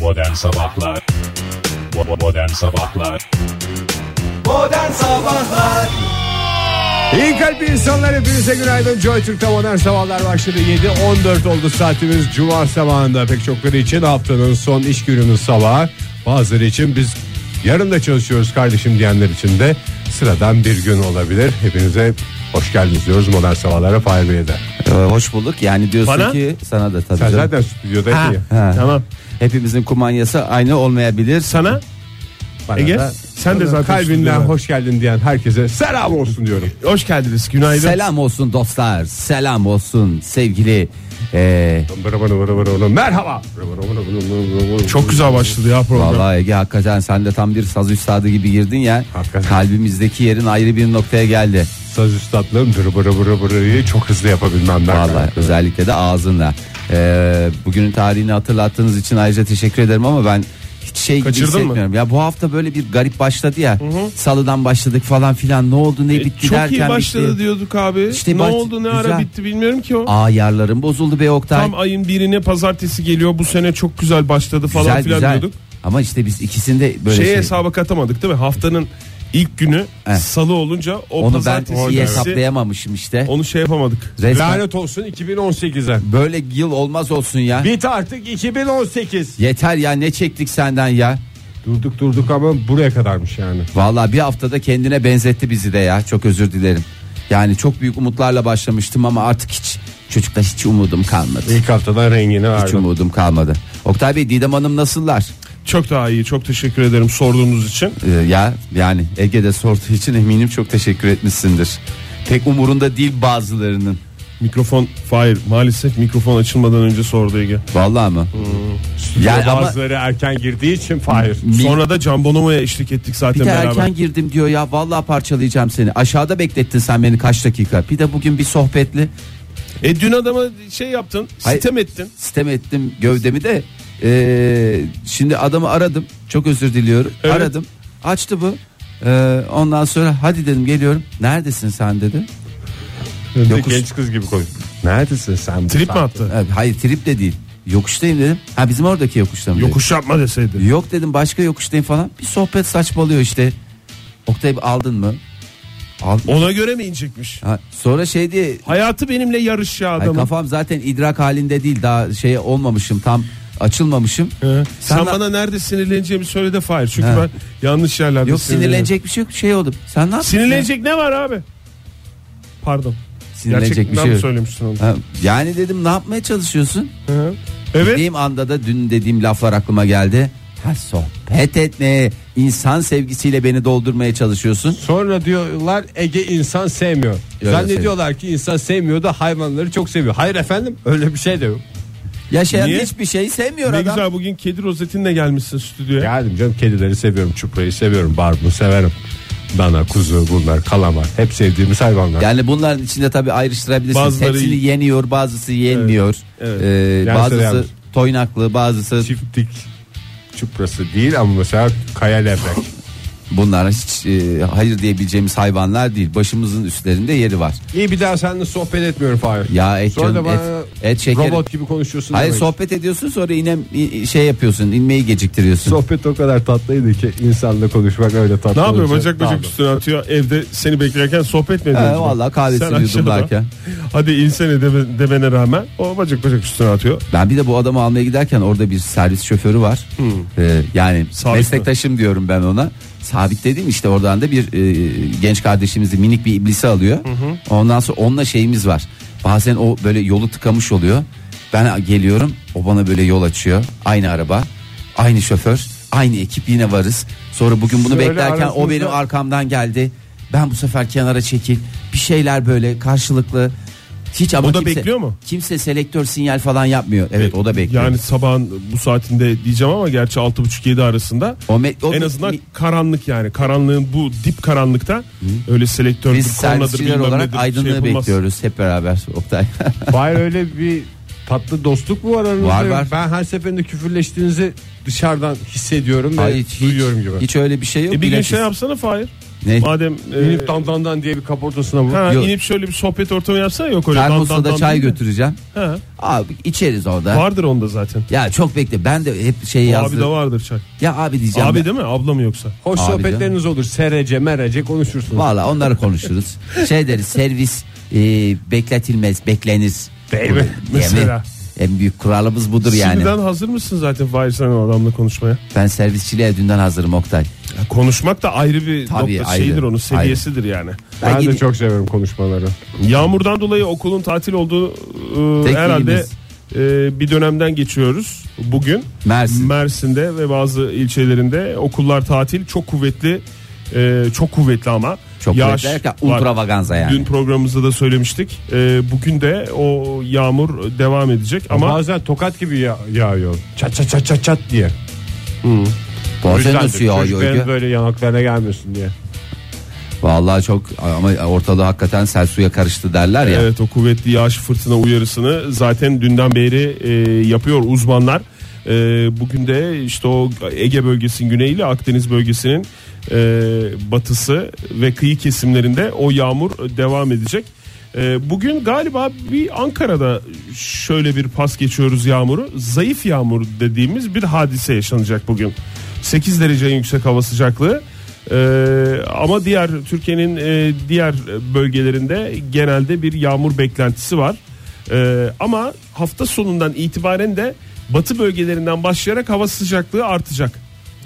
Modern Sabahlar Bo- Modern Sabahlar Modern Sabahlar İyi kalp insanlar hepinize günaydın Joy Türk'te modern sabahlar başladı 7.14 oldu saatimiz Cuma sabahında Pek çokları için haftanın son iş gününün sabahı Bazıları için biz yarın da çalışıyoruz kardeşim diyenler için de Sıradan bir gün olabilir Hepinize hoş geldiniz diyoruz modern sabahlara Fahir Bey'e de Ee, hoş bulduk. Yani diyorsun Bana? ki sana da tabii. Sen canım. zaten stüdyoda Ha, iyi Ha. Tamam. Hepimizin kumanyası aynı olmayabilir. Sana Bana Ege da- sen de zaten Kalbinden stüdyoda. hoş geldin diyen herkese selam olsun diyorum hoş geldiniz. Günaydın. selam olsun dostlar. Selam olsun sevgili ee, Merhaba Çok güzel başladı ya program. Vallahi Ege hakikaten sen de tam bir saz üstadı gibi girdin ya. Hakikaten. Kalbimizdeki yerin ayrı bir noktaya geldi. Saz üstadlığım bırı bırı bırı bırıyı çok hızlı yapabilmem ben. Vallahi özellikle de ağzınla. Ee, bugünün tarihini hatırlattığınız için ayrıca teşekkür ederim ama ben hiç şey gibi Kaçırdın mı? hissetmiyorum. Ya bu hafta böyle bir garip başladı ya. Salıdan başladık falan filan ne oldu ne bitti E, Çok derken iyi başladı bitti. diyorduk abi. şey- İşte ne baş- oldu ne güzel. ara bitti bilmiyorum ki o. Ayarlarım bozuldu be Oktay. Tam ayın birine pazartesi geliyor. Bu sene çok güzel başladı falan güzel filan güzel. diyorduk. Ama işte biz ikisinde böyle Şeye şey, hesaba katamadık değil mi? Haftanın ilk günü He. salı olunca o onu ben pazartesi iyi gecesi- hesaplayamamışım işte. onu şey yapamadık. Resmen Lanet olsun 2018'e. böyle yıl olmaz olsun ya. Bit artık 2018. Yeter ya ne çektik senden ya. Durduk durduk ama buraya kadarmış yani. Vallahi bir haftada kendine benzetti bizi de ya. Çok özür dilerim. Yani çok büyük umutlarla başlamıştım ama artık hiç çocukta hiç umudum kalmadı. İlk haftadan rengini Hiç um- verdim. umudum kalmadı. Oktay Bey Didem Hanım nasıllar? Çok daha iyi. Çok teşekkür ederim sorduğunuz için. Ee, ya yani Ege'de sorduğu için eminim çok teşekkür etmişsindir. Pek umurunda değil bazılarının. Mikrofon Fahir maalesef mikrofon açılmadan önce sordu Ege. Vallahi mı? Yani ama- bazıları erken girdiği için Fahir. Bir- Sonra da Can Bonomo'ya eşlik ettik zaten Bir de beraber. erken girdim diyor ya vallahi parçalayacağım seni. Aşağıda beklettin sen beni kaç dakika. Bir de bugün bir sohbetli E dün adama şey yaptın, Hayır. sitem ettin. sistem ettim gövdemi de. Ee, şimdi adamı aradım. Çok özür diliyorum. Evet. Aradım. Açtı bu. Ee, ondan sonra hadi dedim geliyorum. Neredesin sen dedi. Yokuz. Genç kız gibi konuş. Neredesin sen? bu Trip mi saatte? attı? Ee, Hayır trip de değil. Yokuştayım dedim. Ha bizim oradaki yokuşta mı? dedi. Yokuş yapma deseydin. Yok dedim başka yokuştayım falan. Bir sohbet saçmalıyor işte. Oktay aldın mı? Aldım. Ona göre mi inecekmiş? Ha, sonra şey diye Hayatı benimle yarış ya Ay, adamın. kafam zaten idrak halinde değil daha şey olmamışım tam açılmamışım. He. Sen, Sen- bana nerede sinirleneceğimi söyle de Fahir. Çünkü He. ben yanlış yerlerde Yok sinirleniyorum. sinirlenecek bir şey yok şey oldu. Sen ne yaptın? Sinirlenecek ne var abi? Pardon. Sinirlenecek bir Gerçekten şey mi yok. söylemiştin onu? Ha, yani dedim ne yapmaya çalışıyorsun? He. Evet. Dediğim anda da dün dediğim laflar aklıma geldi. Ha sohbet etmeye, insan sevgisiyle beni doldurmaya çalışıyorsun. Sonra diyorlar Ege insan sevmiyor. Öyle Zannediyorlar ki insan sevmiyor da hayvanları çok seviyor. Hayır efendim öyle bir şey de yok. Yaşayan Niye? hiçbir şeyi sevmiyor Ne adam. güzel bugün kedi rozetinle gelmişsin stüdyoya. Geldim canım kedileri seviyorum, çuprayı seviyorum, barbuğu severim. Dana, kuzu bunlar, kalamar hep sevdiğimiz hayvanlar. Yani bunların içinde tabii ayrıştırabilirsiniz. Bazıları- Hepsini yeniyor, bazısı yenmiyor. Evet, evet. Ee, Yani bazısı severmiş. toynaklı, bazısı Çiftlik çuprası değil ama mesela kaya levrek. bunlar hiç e, hayır diyebileceğimiz hayvanlar değil. Başımızın üstlerinde yeri var. İyi bir daha seninle sohbet etmiyorum Fahir. Ya et Sonra da canım, bana et- et şekeri- robot gibi konuşuyorsun. Hayır demek. sohbet ediyorsun sonra yine i- şey yapıyorsun, inmeyi geciktiriyorsun. Sohbet o kadar tatlıydı ki insanla konuşmak öyle tatlı. Ne yapıyor olunca bacak bacak dağıldım. üstüne atıyor evde seni beklerken sohbet mi He, ediyorsun? vallahi kahvesini Sen aşağıda, yudumlarken. Hadi insene deme, demene rağmen o bacak bacak üstüne atıyor. Ben bir de bu adamı almaya giderken orada bir servis şoförü var. Ee, yani Hmm. Sabit mi? meslektaşım diyorum ben ona. Sabit dediğim işte oradan da bir e, genç kardeşimizi minik bir iblisi alıyor. Ondan sonra onunla şeyimiz var. Bazen o böyle yolu tıkamış oluyor. Ben geliyorum o bana böyle yol açıyor. Aynı araba, aynı şoför, aynı ekip yine varız. Sonra bugün bunu Şöyle beklerken o arasında- benim arkamdan geldi. Ben bu sefer kenara çekil. Bir şeyler böyle karşılıklı. Hiç ama O da kimse- bekliyor mu? Kimse selektör sinyal falan yapmıyor. Evet o da bekliyor. Yani sabahın bu saatinde diyeceğim ama gerçi 6.30-7 arasında. o me- o en me- azından mi- karanlık yani karanlığın bu dip karanlıkta öyle selektör şey biz servisçiler olarak aydınlığı bekliyoruz hep beraber Oktay. Fahir öyle bir Tatlı dostluk mu var aranızda? Var, Yok. var. Ben her seferinde küfürleştiğinizi dışarıdan hissediyorum ve Ay, hiç, duyuyorum hiç- gibi. Hiç öyle bir şey yok. E bir gün Bilakis- şey yapsana Fahir. Ne? Madem e, İnip dan dan dan diye bir kaportasına vur. ha, Yok. inip şöyle bir sohbet ortamı yapsana yok öyle. Termosla dan dan da dan çay diye. götüreceğim. Ha, Abi içeriz orada. vardır onda zaten. Ya çok bekle. Ben de hep şey Abi de yazdım. vardır çay. Ya abi diyeceğim. Abi ben. değil mi? Abla mı yoksa? Hoş Abi sohbetleriniz olur. Serece merece konuşursunuz. Valla onları konuşuruz. şey deriz servis e, bekletilmez beklenir. Değil mi? Değil mi? Mesela. En büyük kuralımız budur yani. Şimdiden hazır mısın zaten Fahir sen o adamla konuşmaya? Ben servisçiliğe dünden hazırım Oktay. Ya konuşmak da ayrı bir Tabii, nokta ayrı. şeyidir onun seviyesidir yani. Ben, de gideyim. çok severim konuşmaları. Yağmurdan dolayı okulun tatil olduğu e, Tek herhalde ilimiz. e, bir dönemden geçiyoruz bugün. Mersin. Mersin'de ve bazı ilçelerinde okullar tatil çok kuvvetli e, çok kuvvetli ama Çok yağış kuvvetli derken var. ultra vaganza yani. Dün programımızda da söylemiştik. E, bugün de o yağmur devam edecek Ama ama bazen tokat gibi ya- yağıyor. Çat çat çat çat çat diye. O Bazen yüzden de nasıl yağıyor çocukların Ege? böyle yanaklarına gelmesin diye. Vallahi çok ama ortalığı hakikaten sel suya karıştı derler ya. Evet o kuvvetli yağış fırtına uyarısını zaten dünden beri e, yapıyor uzmanlar. E, bugün de işte o Ege bölgesinin güneyiyle Akdeniz bölgesinin e, batısı ve kıyı kesimlerinde o yağmur devam edecek. E, bugün galiba bir Ankara'da şöyle bir pas geçiyoruz yağmuru. Zayıf yağmur dediğimiz bir hadise yaşanacak bugün. 8 derece en yüksek hava sıcaklığı. Ee, ama diğer Türkiye'nin e, diğer bölgelerinde genelde bir yağmur beklentisi var. Ee, ama hafta sonundan itibaren de batı bölgelerinden başlayarak hava sıcaklığı artacak.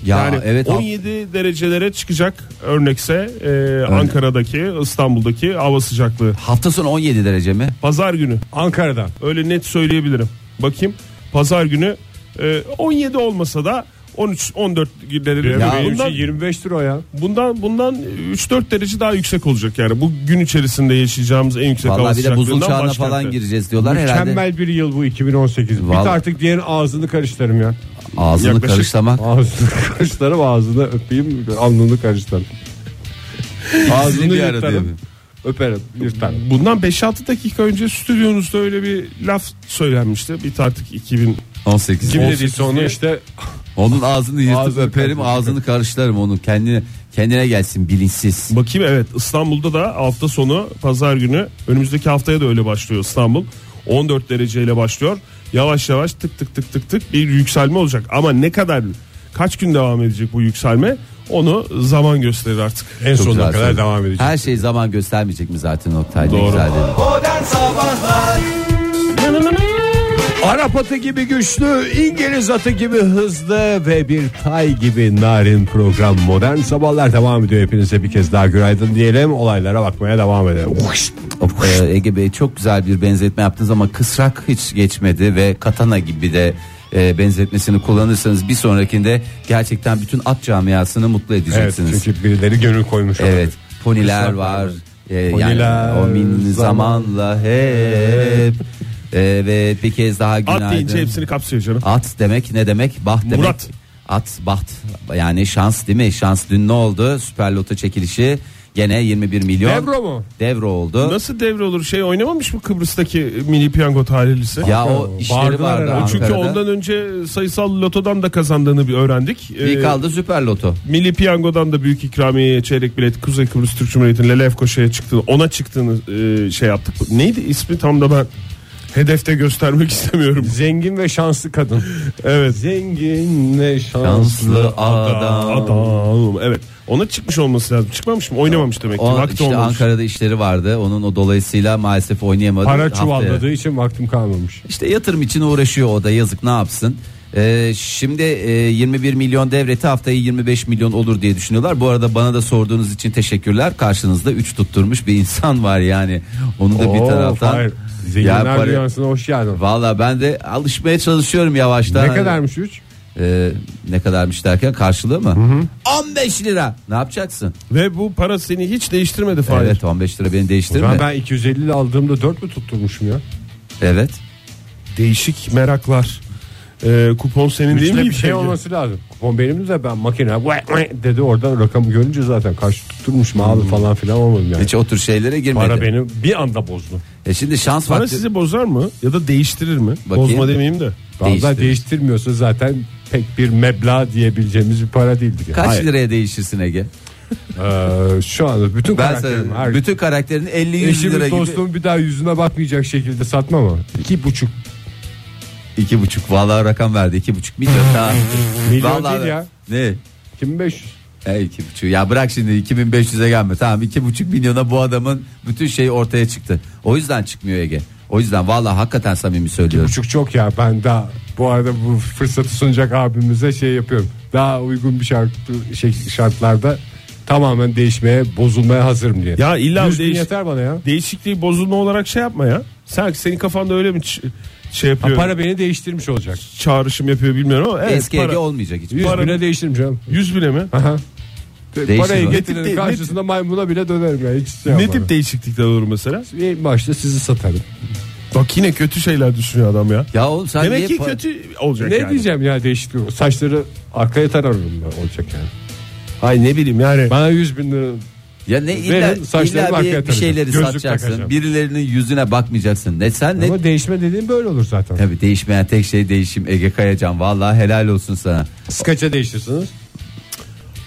Ya yani evet 17 derecelere çıkacak örnekse e, Ankara'daki, İstanbul'daki hava sıcaklığı. hafta sonu 17 derece mi? Pazar günü Ankara'dan. öyle net söyleyebilirim. Bakayım pazar günü e, 17 olmasa da 13 14 derece. Ya Bundan- Benim için 25 lira o ya. Bundan bundan 3-4 derece daha yüksek olacak yani. Bu gün içerisinde yaşayacağımız en yüksek hava Vallahi bir de buzul sıcaklığından çağına başkentte. falan gireceğiz diyorlar herhalde. Mükemmel bir yıl bu 2018. Bir Vallahi- de artık diğerinin ağzını karıştırırım ya. Ağzını Yaklaşık- karışlamak. Ağzını karıştırırım ağzını öpeyim alnını karıştırırım. Ağzını bir ara yırtarım, diyor. Öperim yırtarım. Bundan 5-6 dakika önce stüdyonuzda öyle bir laf söylenmişti. Bir artık 2000 18. Kim Bir dedi? de sonra işte Onun ağzını yırtıp Ağzını öperim karıştırırım. ağzını karışlarım onu kendine kendine gelsin bilinçsiz. bakayım evet İstanbul'da da hafta sonu pazar günü önümüzdeki haftaya da öyle başlıyor İstanbul. 14 dereceyle başlıyor. Yavaş yavaş tık tık tık tık tık bir yükselme olacak. Ama ne kadar kaç gün devam edecek bu yükselme onu zaman gösterir artık. en Çok sonuna güzel kadar söyledin. devam edeceğim. Her şey zaman göstermeyecek mi zaten Oktay? Doğru. Ne güzel dedin. Modern Sabahlar Arap atı gibi güçlü, İngiliz atı gibi hızlı ve bir tay gibi narin program Modern Sabahlar devam ediyor. Hepinize bir kez daha günaydın diyelim. Olaylara bakmaya devam edelim. Ee, Ege Bey çok güzel bir benzetme yaptınız ama kısrak hiç geçmedi ve katana gibi de e, benzetmesini kullanırsanız bir sonrakinde gerçekten bütün at camiasını mutlu Evet edeceksiniz. çünkü birileri gönül koymuş. ona. Evet, poniler Kısrak var. var. Ee, yani Poniler, o min zaman. zamanla hep. Evet bir kez daha günaydın. At deyince hepsini kapsıyor canım. At demek ne demek? Baht demek. Murat. At, baht. Yani şans değil mi? Şans dün ne oldu? Süper Loto çekilişi gene 21 milyon. Devro mu? Devro oldu. Nasıl devre olur şey oynamamış mı Kıbrıs'taki milli piyango tarihlisi? Ya o işleri Bağırdılar vardı herhalde. O Ankara'da. çünkü ondan önce sayısal lotodan da kazandığını bir öğrendik. Ee, bir kaldı Süper Loto. milli piyangodan da büyük ikramiye çeyrek bilet Kuzey Kıbrıs Türk Cumhuriyeti'nin Lefkoşa'ya çıktığını ona çıktığını e, şey yaptık. Neydi ismi tam da ben hedefte göstermek istemiyorum. Zengin ve şanslı kadın. Evet. Zengin ve şanslı. Şanslı adam. Adam. Evet. Ona çıkmış olması lazım. Çıkmamış mı? Oynamamış demek ki. O Vakti işte olmamış. Ankara'da işleri vardı. Onun o dolayısıyla maalesef oynayamadı. Para Haftaya- çuvalladığı için vaktim kalmamış. İşte yatırım için uğraşıyor o da yazık ne yapsın. Ee, şimdi e, 21 milyon devreti haftayı 25 milyon olur diye düşünüyorlar. Bu arada bana da sorduğunuz için teşekkürler. Karşınızda 3 tutturmuş bir insan var yani. Onu da bir Oo, taraftan. Fahir, Zenginler Ya para- dünyasına hoş geldin. Valla ben de alışmaya çalışıyorum yavaştan. Ne Hani- kadarmış 3? Ee, ne kadarmış derken karşılığı mı? 15 lira. Ne yapacaksın? Ve bu para seni hiç değiştirmedi Fahir. Evet 15 lira beni Ben, değiştirme. ben 250 ile aldığımda 4 mü tutturmuşum ya? Evet. Değişik meraklar. Ee, kupon senin değil Üçte mi? bir şey olması lazım. Kupon benim de ben makine "Vay, vay" dedi oradan rakamı Hmm. görünce zaten karşı tutturmuşum abi falan filan olmadım yani. Hiç o tür şeylere girmedi. Para beni bir anda bozdu. E şimdi şans Para vakti. sizi bozar mı? Ya da değiştirir mi? Bakayım. Bozma demeyeyim de. Vallahi Değiştirir. değiştirmiyorsa zaten pek bir meblağ diyebileceğimiz bir para değildir. Kaç Hayır. liraya değişirsin Ege? Ee, şu anda bütün Ben karakterim sana her- bütün karakterini 50 100 lira Eşimi gibi. dostumu bir daha yüzüne bakmayacak şekilde satma mı? İki buçuk İki buçuk. Vallahi rakam verdi. iki buçuk milyon. Daha. Milyon değil ya. Ne? 2500. E, iki buçuk. Ya bırak şimdi 2500'e gelme. Tamam iki buçuk milyona bu adamın bütün şeyi ortaya çıktı. O yüzden çıkmıyor Ege. O yüzden vallahi hakikaten samimi söylüyorum. Buçuk çok ya ben daha bu arada bu fırsatı sunacak abimize şey yapıyorum. Daha uygun bir şart, şey, şartlarda tamamen değişmeye bozulmaya hazırım diye. Ya illa 100 bin değiş- yeter bana ya. Değişikliği bozulma olarak şey yapma ya. Sen senin kafanda öyle mi ç- şey Ha, yapıyor? para beni değiştirmiş olacak. çağrışım yapıyor bilmiyorum ama evet, Eski para. Ege olmayacak hiç. 100 Para- bine değiştirim canım. 100 bine mi? Aha. Değişir Parayı mi? Ne getirin tip- karşısında maymuna bile dönerim ya. Hiç şey ne yapmam. tip değişiklikler olur mesela? İlk başta sizi satarım. Bak yine kötü şeyler düşünüyor adam ya. Ya oğlum sen niye Demek ki pa- kötü olacak Ne yani. diyeceğim ya değişiklik saçları arkaya tararım ben olacak yani. Ay ne bileyim yani. Bana 100 bin lira Ya ne illa, Verin, saçlarımı illa arkaya bir, bir takacağım. şeyleri Gözlük satacaksın. takacağım. Birilerinin yüzüne bakmayacaksın. Ne sen ne? ama değişme dediğim böyle olur zaten. Tabii değişmeyen tek şey değişim Ege Kayacan. Vallahi helal olsun sana. Kaça değişirsiniz?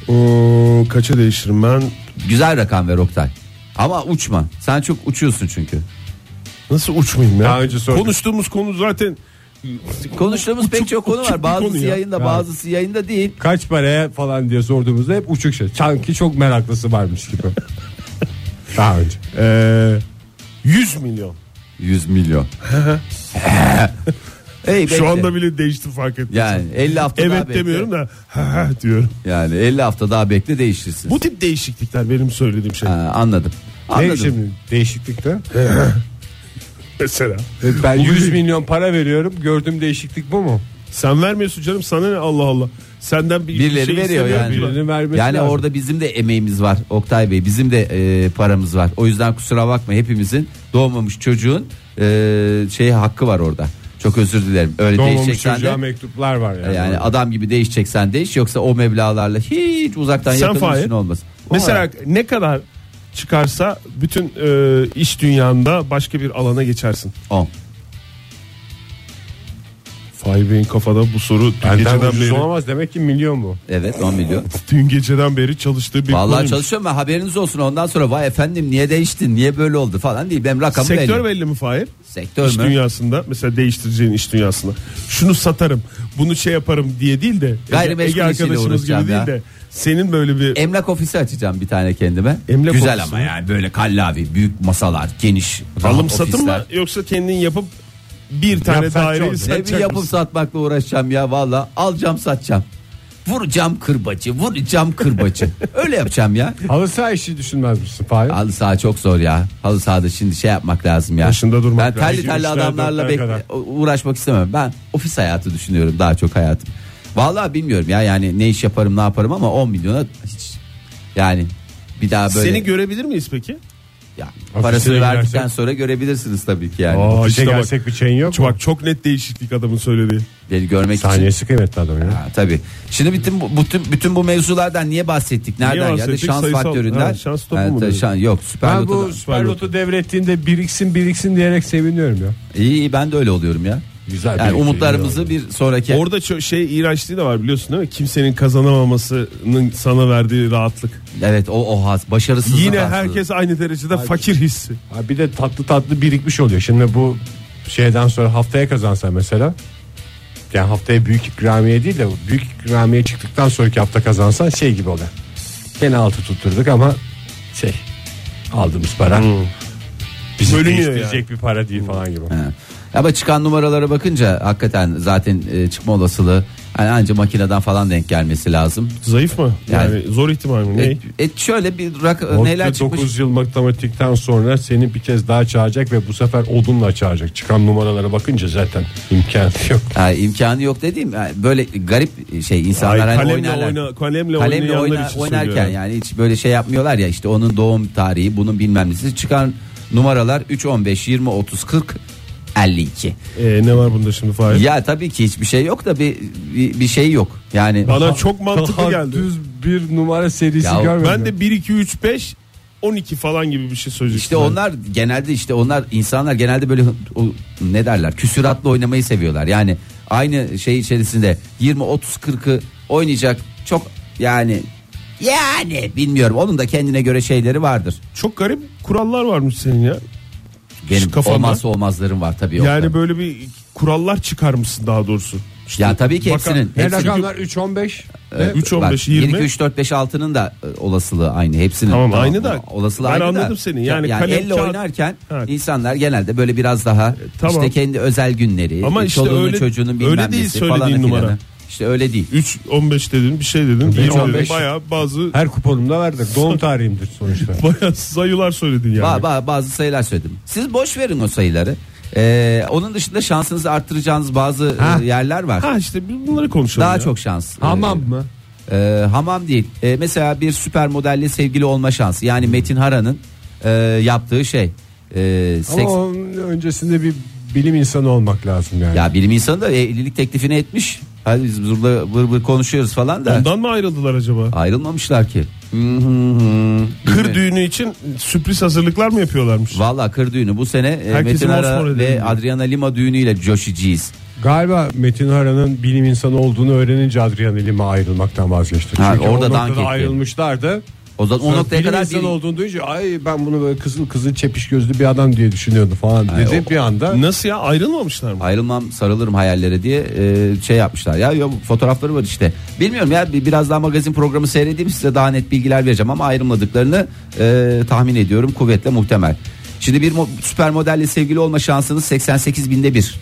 Oo, kaça değişirim ben? Güzel rakam ver Oktay. Ama uçma. Sen çok uçuyorsun çünkü. Nasıl uçmayayım ya? Daha önce sordum. Konuştuğumuz konu zaten Konuştuğumuz pek çok konu uçuk bir var. Bazısı konu ya. yayında, bazısı yayında değil. Kaç paraya falan diye sorduğumuzda hep uçuk şey. Sanki çok meraklısı varmış gibi. Daha önce. Ee, eee 100 milyon. 100 milyon. Hey, bekle. Şu anda bile değişti fark ettim. yani 50 hafta daha evet bekle. demiyorum da ha ha diyorum. Yani 50 hafta daha bekle değişirsin. Bu tip değişiklikler benim söylediğim şey. Ha, anladım. Ne Anladım. şimdi değişiklikte? Mesela. Ben 100 milyon para veriyorum. Gördüğüm değişiklik bu mu? Sen vermiyorsun canım sana ne Allah Allah. Senden bir Birileri şey veriyor istemiyor. yani. Birileri- Birinin vermesi Yani lazım. orada bizim de emeğimiz var Oktay Bey bizim de e, paramız var o yüzden kusura bakma hepimizin doğmamış çocuğun e, şey hakkı var orada çok özür dilerim öyle Doğmamış değişeceksen çocuğa de mektuplar var yani. yani adam gibi değişeceksen değiş yoksa o meblalarla hiç uzaktan Sen yakın Fahir, düşün olmaz. Mesela ne kadar çıkarsa bütün e, iş dünyanda başka bir alana geçersin. O. Fahir Bey'in kafada bu soru dün Benden geceden ucuz beri olamaz demek ki milyon bu. Evet 10 milyon. dün geceden beri çalıştığı bir Vallahi konuymuş. çalışıyorum ben haberiniz olsun ondan sonra vay efendim niye değiştin niye böyle oldu falan değil benim rakamım belli. Sektör belli mi Fahir? Sektör İş mü? dünyasında mesela değiştireceğin iş dünyasında şunu satarım bunu şey yaparım diye değil de Gayrimenkul Ege işiyle arkadaşımız gibi uğraşacağım değil ya. E, de senin böyle bir Emlak ofisi açacağım bir tane kendime. Emlak Güzel ofisi ama mi? yani böyle kallavi, büyük masalar, geniş, rahat alım satım ofisler. mı yoksa kendin yapıp bir tane Yapsak daireyi çok. Ne satacak bir yapıp mısın? satmakla uğraşacağım ya valla. Alacağım satacağım. Vuracağım kırbacı, vuracağım kırbacı. Öyle yapacağım ya. Halı saha işi düşünmez misin Fahir? Halı saha çok zor ya. Halı sahada şimdi şey yapmak lazım ya. Başında durmak ben terli lazım. terli İki, üç, adamlarla dört, dörtlere bek- kadar. uğraşmak istemem. Ben ofis hayatı düşünüyorum daha çok hayatım. Vallahi bilmiyorum ya yani ne iş yaparım ne yaparım ama 10 milyona hiç yani bir daha böyle Seni görebilir miyiz peki? ya, Ofisine parasını girersek- verdikten sonra görebilirsiniz tabii ki yani. Aa, Ofise işte bak. gelsek bir şeyin yok mu? Bak çok net değişiklik adamın söylediği. Beni görmek için Saniyesi kıymetli adam ya. Ha, tabii. Şimdi bütün bu bütün, bütün bu mevzulardan niye bahsettik? Nereden geldi? bahsettik? Şans Sayısal- faktöründen. Ha, şans topu mu ta- dedi? şan- yok süper Ben Loto'da- bu süper loto devrettiğinde biriksin biriksin diyerek seviniyorum ya. İyi iyi ben de öyle oluyorum ya. Güzel Yani bir- umutlarımızı şey bir sonraki Orada ço- şey iğrençliği de var biliyorsun değil mi? Kimsenin kazanamamasının sana verdiği rahatlık. evet o o has başarısızlık. Yine hastalığı. herkes aynı derecede fakir hissi. Ha bir de tatlı tatlı birikmiş oluyor. Şimdi bu şeyden sonra haftaya kazansa mesela yani haftaya büyük ikramiye değil de büyük ikramiye çıktıktan sonraki hafta kazansan şey gibi oluyor. Gene altı tutturduk ama şey aldığımız para bizi Bölünüyor değiştirecek bir para değil falan gibi. Ha. Ama çıkan numaralara bakınca hakikaten zaten e, çıkma olasılığı yani anca makineden falan denk gelmesi lazım. Zayıf mı? Yani, zor ihtimal mi? Ne? Et, et şöyle bir rak, neler Neler çıkmış? 9 yıl matematikten sonra seni bir kez daha çağıracak ve bu sefer odunla çağıracak. Çıkan numaralara bakınca zaten imkan yok. Ha, imkanı yok dediğim yani böyle garip şey Ay, insanlar hani kalemle, oynarlar. oyna, kalemle, kalemle oynayanlar oyna- için oynarken söylüyorum. yani hiç böyle şey yapmıyorlar ya işte onun doğum tarihi bunun bilmem nesi çıkan numaralar 3 15 20 30 40 52. Ee, ne var bunda şimdi Fahir? Ya tabii ki hiçbir şey yok da bir bir, bir şey yok. Yani Bana çok Hmm. mantıklı Daha geldi. Düz bir numara serisi Ya görmedim. Ben de 1 2 3 5 12 falan gibi bir şey sözcük. İşte onlar genelde işte onlar insanlar genelde böyle o, ne derler küsüratla oynamayı seviyorlar. Yani aynı şey içerisinde 20 30 40'ı oynayacak çok yani yani bilmiyorum onun da kendine göre şeyleri vardır. Çok garip kurallar varmış senin ya. Benim kafamda. olmazsa olmazlarım var tabii. yani orada. böyle bir kurallar çıkarmışsın daha doğrusu. İşte ya tabii ki bakan- hepsinin Ne hepsinin- rakamlar 3 15. Evet, 3, bak, 15, 20. 1, 2, 3, 4, 5, 6'nın da e, olasılığı aynı. Hepsinin Tamam, aynı da. Olasılığı Ben aynı anladım da. seni. Yani kalem, elle kağıt- oynarken Ha. insanlar genelde böyle biraz daha tamam. işte kendi özel günleri, Ama Ama işte çoluğunun öyle- çocuğunun bilmem öyle değil nesi söylediğin falan numara. filan. İşte öyle değil. 3 15 dedin bir şey dedin. Benim 20 dedin. 15. Bayağı bazı Her kuponumda verdik. Doğum tarihimdir sonuçta. bayağı sayılar söyledin yani. Ba- ba- bazı sayılar söyledim. Siz boş verin o sayıları. Ee, onun dışında şansınızı arttıracağınız bazı Ha. e, yerler var. Ha işte biz bunları konuşalım. Daha ya. çok şans. e, Hamam mı? Ee, hamam değil. Ee, mesela bir süper modelle sevgili olma şansı. Yani Metin Hara'nın e, yaptığı şey. Ee, Ama seks... onun öncesinde bir bilim insanı olmak lazım yani. Ya bilim insanı da e, evlilik teklifini etmiş. Hadi biz burada vır vır konuşuyoruz falan da. Ondan mı ayrıldılar acaba? Ayrılmamışlar ki. Kır düğünü için sürpriz hazırlıklar mı yapıyorlarmış? Valla kır düğünü bu sene e, Herkesi Metin Hara mosmor ve edelim diyor. Adriana Lima düğünüyle coşacağız. Galiba Metin Hara'nın bilim insanı olduğunu öğrenince Adrian Lima ayrılmaktan vazgeçti. Ha, Çünkü orada o dank etti. noktada ayrılmışlardı. O zaman o Sonra noktaya bilim kadar insanı bir- olduğunu duyunca ay ben bunu böyle kızıl kızıl çepiş gözlü bir adam diye düşünüyordu falan dedi bir anda. Nasıl ya ayrılmamışlar mı? ayrılmam sarılırım hayallere diye e, şey yapmışlar. Ya, ya fotoğrafları var işte. Bilmiyorum ya bir- biraz daha magazin programı seyredeyim size daha net bilgiler vereceğim ama ayrılmadıklarını e, tahmin ediyorum kuvvetle muhtemel. Şimdi bir mo- süper modelle sevgili olma şansınız 88 binde bir.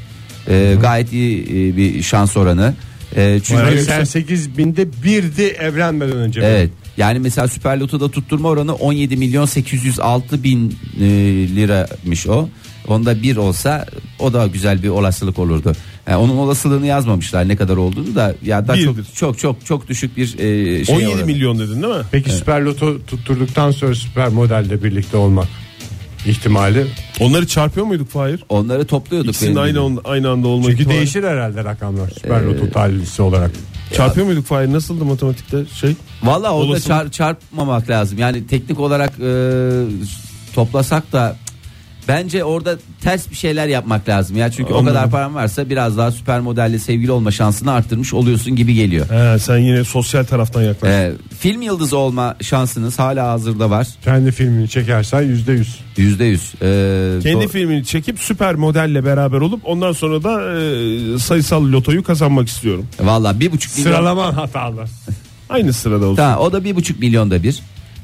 E, gayet iyi e, bir şans oranı. E, çünkü Bayağı 88 binde birdi evlenmeden önce. Evet. Yani mesela Süper Loto'da tutturma oranı 17 milyon 806 bin e, liramış o. Onda bir olsa o da güzel bir olasılık olurdu. Yani onun olasılığını yazmamışlar ne kadar olduğunu da ya da Birdir. çok, çok çok çok düşük bir e, şey 17 oranı. milyon dedin değil mi? Peki süper loto tutturduktan sonra süper modelle birlikte olmak ihtimali. Onları çarpıyor muyduk Fahir? Onları topluyorduk. İkisinin benim aynı, bildiğim. on- aynı anda olma Çünkü ihtimali. değişir herhalde rakamlar Ee, süper loto talihlisi olarak. Çarpıyor muyduk Fahir? Nasıldı matematikte şey? Valla orada Olasılık. çar- çarpmamak lazım. Yani teknik olarak e, toplasak da bence orada ters bir şeyler yapmak lazım. Ya çünkü o kadar paran varsa biraz daha süper modelle sevgili olma şansını arttırmış oluyorsun gibi geliyor. He, sen yine sosyal taraftan yaklaştın. Ee, film yıldızı olma şansınız hala hazırda var. Kendi filmini çekersen yüzde yüz. Yüzde yüz. Ee, Kendi do- filmini çekip süper modelle beraber olup ondan sonra da e, sayısal lotoyu kazanmak istiyorum. Valla bir buçuk milyon. Sıralaman hatalı. Aynı sırada olsun. Tamam, o da bir buçuk milyonda bir.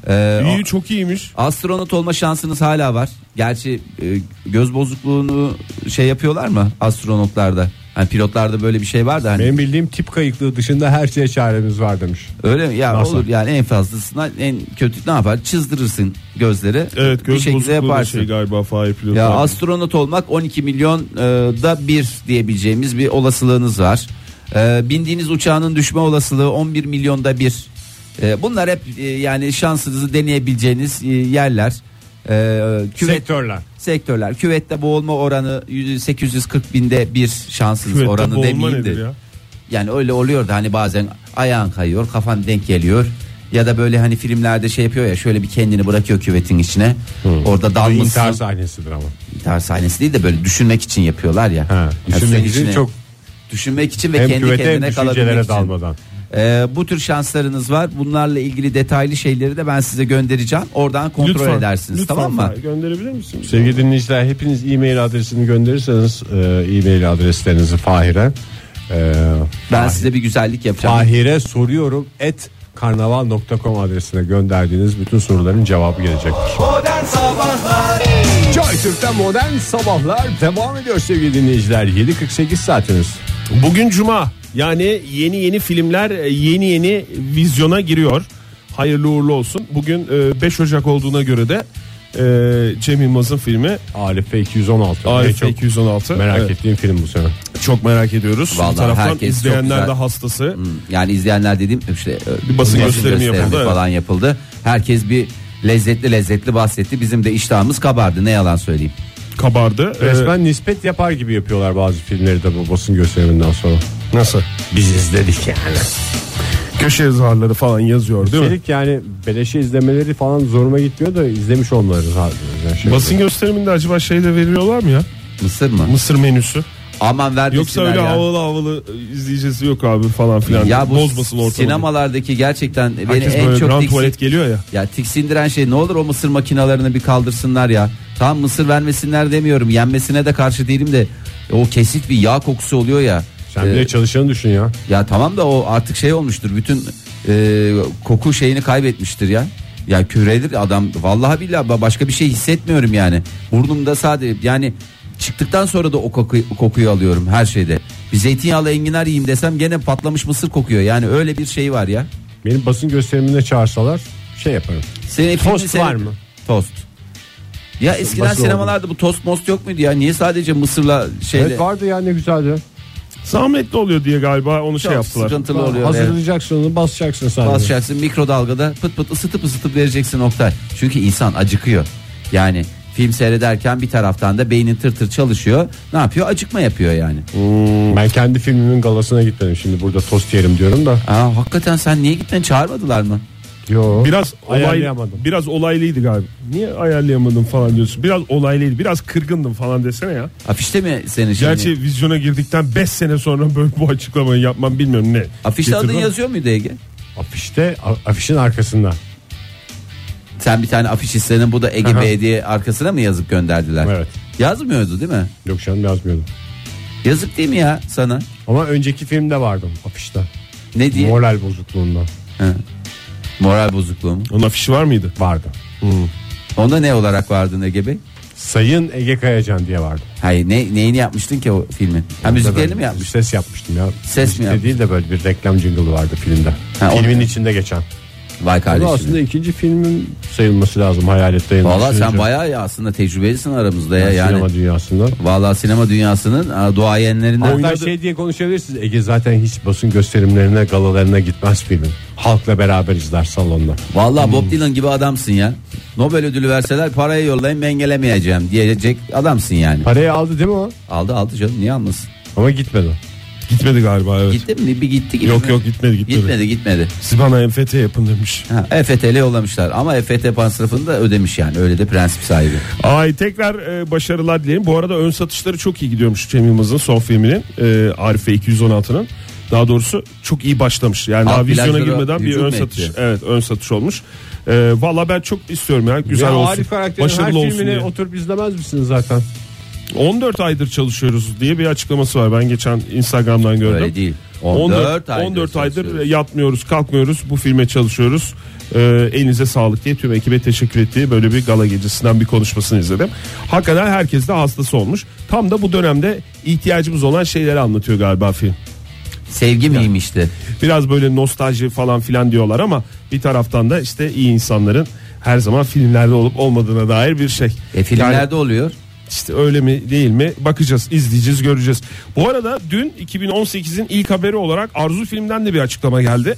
Ee, o- İyi çok iyiymiş. Astronot olma şansınız hala var. Gerçi e, göz bozukluğunu şey yapıyorlar mı astronotlarda? Hani pilotlarda böyle bir şey var da hani Benim bildiğim tip kayıklığı dışında her şeye çaremiz var demiş. öyle mi? Ya Nasıl? olur yani en fazlasına en kötü ne yapar? Çızdırırsın gözleri. Evet bir göz şekilde bozukluğu da yaparsın. şey galiba Fahir pilot. Ya abi. astronot olmak 12 milyon e, da bir diyebileceğimiz bir olasılığınız var. E, bindiğiniz uçağının düşme olasılığı 11 milyonda bir. E, bunlar hep e, yani şansınızı deneyebileceğiniz e, yerler. E, küvet Sektörler. sektörler. Küvette boğulma oranı yüz- 840 binde bir şansınız Küvette oranı boğulma demeyeyim de. nedir ya? Yani öyle oluyor da hani bazen ayağın kayıyor, kafan denk geliyor. Ya da böyle hani filmlerde şey yapıyor ya şöyle bir kendini bırakıyor küvetin içine. Hmm. Orada dalmışsın. İntihar sahnesidir ama. İntihar sahnesi değil de böyle düşünmek için yapıyorlar ya. Ha, Yani düşünmek senin için içine- çok- düşünmek için ve Hem kendi küvete hem kendine kalabilmek düşüncelere için. dalmadan. Ee, bu tür şanslarınız var. Bunlarla ilgili detaylı şeyleri de ben size göndereceğim. Oradan kontrol Lütfen, edersiniz lütfen tamam mı? Fahir, E, Gönderebilir misin? Sevgili dinleyiciler hepiniz e-mail adresini gönderirseniz e, e-mail adreslerinizi Fahir'e e, Ben size bir güzellik yapacağım. Fahir'e soruyorum et karnaval.com adresine gönderdiğiniz bütün soruların cevabı gelecektir. Modern Sabahlar Joy Türk'te modern sabahlar devam ediyor sevgili dinleyiciler. 7.48 saatiniz. Bugün cuma. Yani yeni yeni filmler e, yeni yeni vizyona giriyor. Hayırlı uğurlu olsun. Bugün e, 5 Ocak olduğuna göre de e, Cem Yılmaz'ın filmi Arif ve 216. Arif Çok 216. Merak Evet, ettiğim film bu sene. Çok merak ediyoruz. Vallahi Bir taraftan herkes çok izleyenler güzel. Hmm. de hastası. Yani izleyenler dediğim işte e, Bir basın gösterimi yapıldı, evet. falan yapıldı. Herkes bir lezzetli lezzetli bahsetti. Bizim de iştahımız kabardı. Ne yalan söyleyeyim. Kabardı. E, Resmen nispet yapar gibi yapıyorlar bazı filmleri de bu basın gösteriminden sonra. nasıl? Biz izledik yani. Köşe yazarları falan yazıyor değil mi? Üstelik yani beleşe izlemeleri falan zoruma gitmiyor da izlemiş onları zaten. Yani şey- Basın gösteriminde acaba şey de veriyorlar mı ya? Mısır mı? Mısır menüsü. Aman vermesinler Yoksa öyle ya. havalı havalı izleyeceğiz yok abi falan filan. Ya bu Bozmasın ortalığı. sinemalardaki gerçekten beni Herkes en böyle çok grand tiksin- tuvalet geliyor ya. ya tiksindiren şey ne olur o mısır makinalarını bir kaldırsınlar ya. Tam mısır vermesinler demiyorum. Yenmesine de karşı değilim de o kesik bir yağ kokusu oluyor ya. Sen Ee, bir de çalışanı düşün ya. Ya tamam da o artık şey olmuştur. Bütün e, koku şeyini kaybetmiştir ya. Ya küredir adam. Vallahi billahi ba- başka bir şey hissetmiyorum yani. Burnumda sadece yani çıktıktan sonra da o koku, kokuyu alıyorum her şeyde. Bir zeytinyağlı enginar yiyeyim desem gene patlamış mısır kokuyor. Yani öyle bir şey var ya. Benim basın gösterimine çağırsalar şey yaparım. Senin Tost filmin- var mı? Tost. Ya eskiden Nasıl oldu? sinemalarda bu tost most yok muydu ya? Niye sadece mısırla şeyle? Evet vardı ya ne güzeldi. Zahmetli oluyor diye galiba onu şey Çok yaptılar. Sıkıntılı oluyor. evet. Hazırlayacaksın onu basacaksın sadece. basacaksın mikrodalgada pıt pıt ısıtıp ısıtıp vereceksin Oktay. Çünkü insan acıkıyor. Yani film seyrederken bir taraftan da beynin tır tır çalışıyor. Ne yapıyor? Acıkma yapıyor yani. Oh. Ben kendi filmimin galasına gitmedim şimdi burada tost yerim diyorum da. Aa, hakikaten sen niye gittin? Çağırmadılar mı? Yo. Biraz olay, Ayarlayamadım. biraz olaylıydı galiba. Niye ayarlayamadım falan diyorsun? Biraz olaylıydı. Biraz kırgındım falan desene ya. Afişte mi senin şimdi? Gerçi vizyona girdikten 5 sene sonra böyle bu açıklamayı yapmam bilmiyorum ne. Afişte getirdi adın ama. yazıyor muydu Ege? Afişte a- afişin arkasında. Sen bir tane afiş istedin bu da Ege Aha. Bey diye arkasına mı yazıp gönderdiler? Evet. Yazmıyordu değil mi? Yok canım yazmıyordum. Yazık değil mi ya sana? Ama önceki filmde vardım afişte. Ne diye? Moral bozukluğunda Ha. Moral bozukluğu mu? Onun afişi var mıydı? vardı. Onda ne olarak vardın Ege Bey? Sayın Ege Kayacan diye vardı. Hayır ne, neyini yapmıştın ki o filmi? Ha, müziklerini mi Ben yapmıştın? Ses yapmıştım ya. Ses mi Müzikte yaptın? değil de böyle bir reklam jingle'ı vardı filmde. Ha, o- Filmin içinde geçen. Vay Bu da kardeşim. aslında ikinci filmin sayılması lazım hayalet dayanışı. Valla sen bayağı ya aslında tecrübelisin aramızda ya E, yani. Sinema yani. dünyasında. Valla sinema dünyasının aa, duayenlerinden. Hatta şey diye konuşabilirsiniz. Ege zaten hiç basın gösterimlerine, galalarına gitmez filmin. Halkla beraber izler salonda. Valla Bob Dylan gibi adamsın ya. Nobel ödülü verseler parayı yollayın ben gelemeyeceğim diyecek adamsın yani. Parayı aldı değil mi o? Aldı aldı canım niye almasın? Ama gitmedi. Gitmedi galiba evet. Gitti mi? Bir gitti gitti. Yok yok gitmedi gitmedi. Gitmedi gitmedi. Siz bana EFT yapın demiş. Ha, EFT'li yollamışlar ama EFT masrafını da ödemiş yani öyle de prensip sahibi. Ay tekrar e, başarılar dileyelim. Bu arada ön satışları çok iyi gidiyormuş Cem Yılmaz'ın son filminin. E, Arife 216'nın. Daha doğrusu çok iyi başlamış. Yani daha Alt vizyona plajlara girmeden bir hücum ön mu satış. etti? Evet ön satış olmuş. E, Valla ben çok istiyorum yani güzel Ya olsun. Arif karakterin her başarılı olsun filmini diye. oturup izlemez misiniz zaten? 14 aydır çalışıyoruz diye bir açıklaması var. Ben geçen Instagram'dan gördüm. Öyle değil. 14, 14, 14 aydır aydır, çalışıyoruz. yatmıyoruz, kalkmıyoruz. Bu filme çalışıyoruz. Ee, elinize sağlık diye tüm ekibe teşekkür ettiği böyle bir gala gecesinden bir konuşmasını izledim. Hakikaten herkes de hastası olmuş. Tam da bu dönemde ihtiyacımız olan şeyleri anlatıyor galiba film. Sevgi E, miymişti? Biraz böyle nostalji falan filan diyorlar ama bir taraftan da işte iyi insanların her zaman filmlerde olup olmadığına dair bir şey. E Yani- filmlerde oluyor. işte öyle mi değil mi bakacağız izleyeceğiz göreceğiz. Bu arada dün 2018'in ilk haberi olarak Arzu filmden de bir açıklama geldi.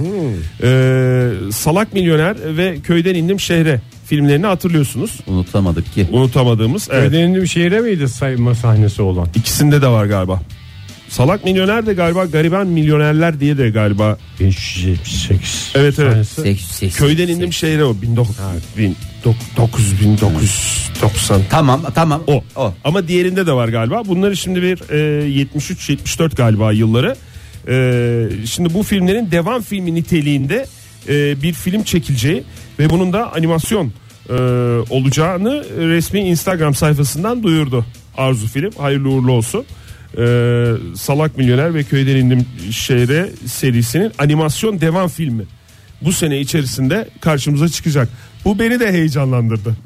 Ee, Salak Milyoner ve Köyden İndim Şehre filmlerini hatırlıyorsunuz. Unutamadık ki. Unutamadığımız evet. Ödenildi bir şehire miydi sayma sahnesi olan? ikisinde de var galiba. Salak Milyoner de galiba Gariban Milyonerler diye de galiba 578. Evet, evet. Sahnesi. Seks- seks- Köyden seks- İndim Şehre o 1990 Tamam tamam. O. o. Ama diğerinde de var galiba. Bunları şimdi bir e, 73-74 galiba yılları. E, şimdi bu filmlerin devam filmi niteliğinde e, bir film çekileceği ve bunun da animasyon e, olacağını resmi Instagram sayfasından duyurdu Arzu Film. Hayırlı uğurlu olsun. E, Salak Milyoner ve Köyden İndim Şehre serisinin animasyon devam filmi bu sene içerisinde karşımıza çıkacak. Bu beni de heyecanlandırdı.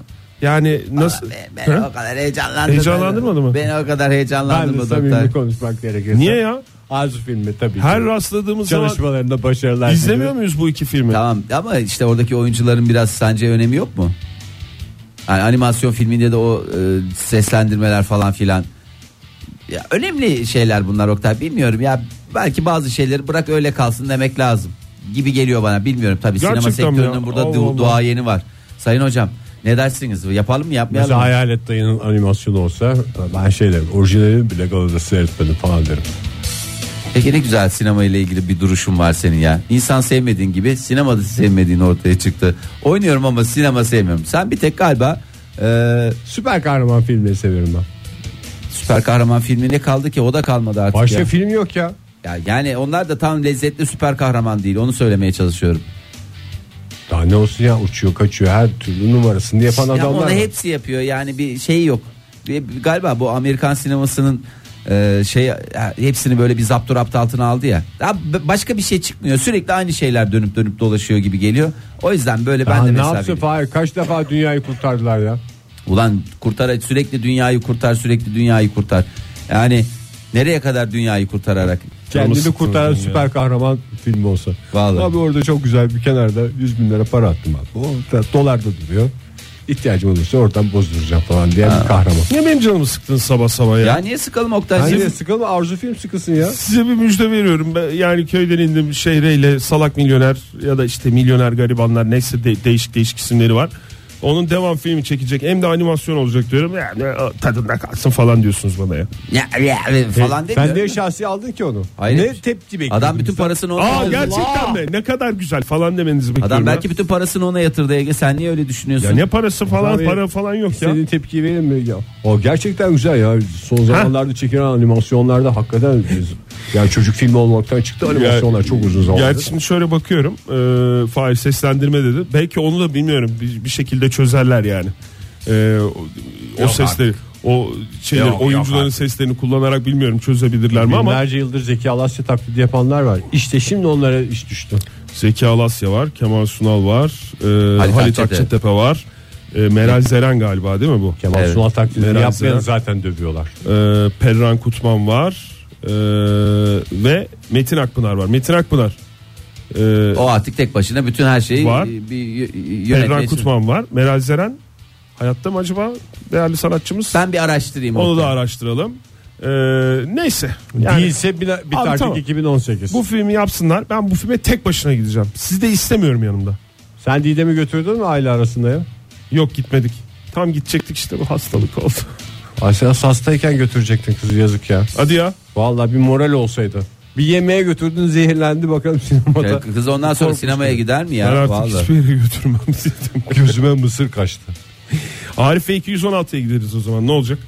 Yani nasıl Ben, ben Ha? o kadar heyecanlandırmadı. Heyecanlandırmadı mı? Ben o kadar Ben de heyecanlandırmadım. samimi Oktay. konuşmak gerekirse. Niye ya? Arzu filmi tabii Her ki. rastladığımız zaman Çalışmalarında başarılar. izlemiyor muyuz bu iki filmi? Tamam ama işte oradaki oyuncuların biraz sence önemi yok mu? Yani animasyon filminde de o e, seslendirmeler falan filan. Ya önemli şeyler bunlar Oktay bilmiyorum ya belki bazı şeyleri bırak öyle kalsın demek lazım gibi geliyor bana bilmiyorum tabii sinema Gerçekten mi ya? sektörünün burada Allah du- Allah. duayeni var. Sayın hocam ne dersiniz yapalım mı yapmayalım Mesela mı? Hayalet Dayı'nın animasyonu olsa ben şey derim orijinalini bile galada seyretmedim falan derim. Peki ne güzel sinema ile ilgili bir duruşun var senin ya. İnsan sevmediğin gibi sinemada sevmediğin ortaya çıktı. Oynuyorum ama sinema sevmiyorum. Sen bir tek galiba e, Süper kahraman filmleri seviyorum ben. süper kahraman filmine kaldı ki o da kalmadı artık. Başka ya. film yok ya. Ya yani onlar da tam lezzetli süper kahraman değil. Onu söylemeye çalışıyorum. Daha ne olsun ya uçuyor kaçıyor her türlü numarasını yapan Ya adamlar onu var. hepsi yapıyor. Yani bir şey yok. Bir- Galiba bu Amerikan sinemasının e, şey ya, hepsini böyle bir zapturapt altına aldı ya. Daha b- başka bir şey çıkmıyor. Sürekli aynı şeyler dönüp dönüp dolaşıyor gibi geliyor. O yüzden böyle ben Daha de ne mesela yapsın Fahir kaç defa dünyayı kurtardılar ya. Ulan kurtar sürekli dünyayı kurtar sürekli dünyayı kurtar. Yani nereye kadar dünyayı kurtararak? Kendini sıktınız kurtaran ya. süper kahraman filmi olsa. Vallahi. Abi orada çok güzel bir kenarda 100 bin lira para attım abi. O da dolarda duruyor. İhtiyacım olursa oradan bozduracağım falan diye bir kahraman. Niye benim canımı sıktın sabah sabah ya? Ya niye sıkalım Hani Oktay'cığım? de sıkılma Arzu film sıkılsın ya. Size bir müjde veriyorum. Ben, yani köyden indim şehreyle salak milyoner ya da işte milyoner garibanlar neyse de- değişik değişik isimleri var. Onun devam filmi çekecek hem de animasyon olacak diyorum. Yani o tadında kalsın falan diyorsunuz bana ya. Ya, ya, falan demiyor. Sen niye şahsi aldın ki onu? Hayır. Ne tepki bekliyordun? Adam bütün bizden? parasını ona Aa yatırdı. gerçekten mi? Ne kadar güzel falan demenizi bekliyorum. Adam ya. belki bütün parasını ona yatırdı Ege. Sen niye öyle düşünüyorsun? ya ne parası falan Abi, para falan yok ya. Senin tepki verir mi? Ya, o gerçekten güzel ya. Son zamanlarda çekilen animasyonlarda hakikaten biz- yani çocuk filmi olmaktan çıktı animasyonlar çok uzun zamandır. Gerçi şimdi şöyle bakıyorum. E, Fahir seslendirme dedi. Belki onu da bilmiyorum. Bir, bir şekilde çözerler yani. E, o, o sesleri o şeyleri Yok, yok oyuncuların artık. seslerini kullanarak bilmiyorum çözebilirler mi ama Binlerce yıldır Zeki Alasya taklidi yapanlar var. İşte şimdi onlara iş düştü. Zeki Alasya var, Kemal Sunal var, e, Halit Halit, Akçatepe. Akçatepe var. e, Meral Zeren galiba değil mi bu? Kemal Evet. Sunal taklidini Meral yapmayan Zeren. zaten dövüyorlar. E, Perran Kutman var e, ve Metin Akpınar var. Metin Akpınar. e, O artık tek başına bütün her şeyi Var. e, bir y- y- Perran yönetmeye Kutman var. Meral Zeren hayatta mı acaba değerli sanatçımız? Ben bir araştırayım. Onu da Oktay. araştıralım. E, neyse. Yani Değilse bir, bir Abi artık tamam. 2018. bu filmi yapsınlar. Ben bu filme tek başına gideceğim. Sizi de istemiyorum yanımda. Sen Didem'i götürdün mü aile arasında ya? Yok gitmedik. Tam gidecektik işte bu hastalık oldu. Ay sen hastayken götürecektin kızı yazık ya. Hadi ya. Vallahi bir moral olsaydı. Bir yemeğe götürdün zehirlendi bakalım sinemada. Ya Kız ondan sonra Korkmuş sinemaya gider mi ben ya? artık Vallahi. hiçbir şey yere götürmem dedim. Gözüme mısır kaçtı. Arife 216'ya gideriz o zaman ne olacak?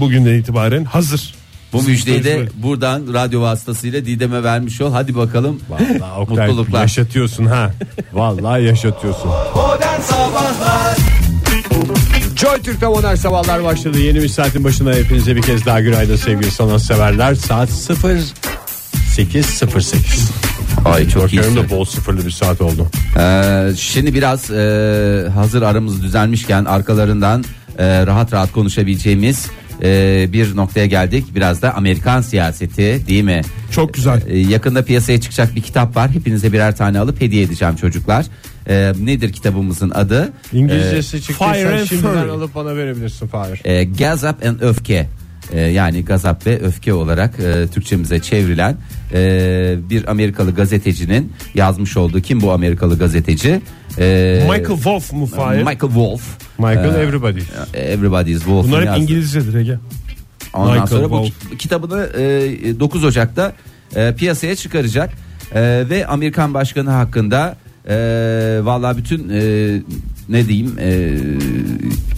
Bugünden itibaren hazır. Bu müjdeyi de Sözlü. buradan radyo vasıtasıyla Didem'e vermiş ol. Hadi bakalım. Vallahi Oktay, Mutluluklar. yaşatıyorsun ha. Vallahi yaşatıyorsun. Modern Sabahlar Joy Türk'te modern sabahlar başladı. Yeni bir saatin başına hepinize bir kez daha günaydın sevgili sanatseverler. Saat 0 8.08. Ay çok iyi. Bakıyorum da bol sıfırlı bir saat oldu. Ee, şimdi biraz e, hazır aramız düzelmişken arkalarından e, rahat rahat konuşabileceğimiz e, bir noktaya geldik. Biraz da Amerikan siyaseti değil mi? Çok güzel. E, Ee, yakında piyasaya çıkacak bir kitap var. Hepinize birer tane alıp hediye edeceğim çocuklar. E, nedir kitabımızın adı? İngilizcesi Fire çıktıysa and şimdiden Fury. alıp bana verebilirsin Fahir. e, gazap and öfke E, yani gazap ve öfke olarak e, Türkçemize çevrilen e, bir Amerikalı gazetecinin yazmış olduğu kim bu Amerikalı gazeteci? E, ee, Michael Wolf mu Fahir? Michael Wolf. Ee, Michael Everybody. Everybody's Wolf'un Bunlar hep yazdığı. İngilizcedir Ege. Ondan Michael sonra bu Wolf. ki- kitabını e, 9 Ocak'ta e, piyasaya çıkaracak E, ve Amerikan Başkanı hakkında e, valla bütün e, ne diyeyim e,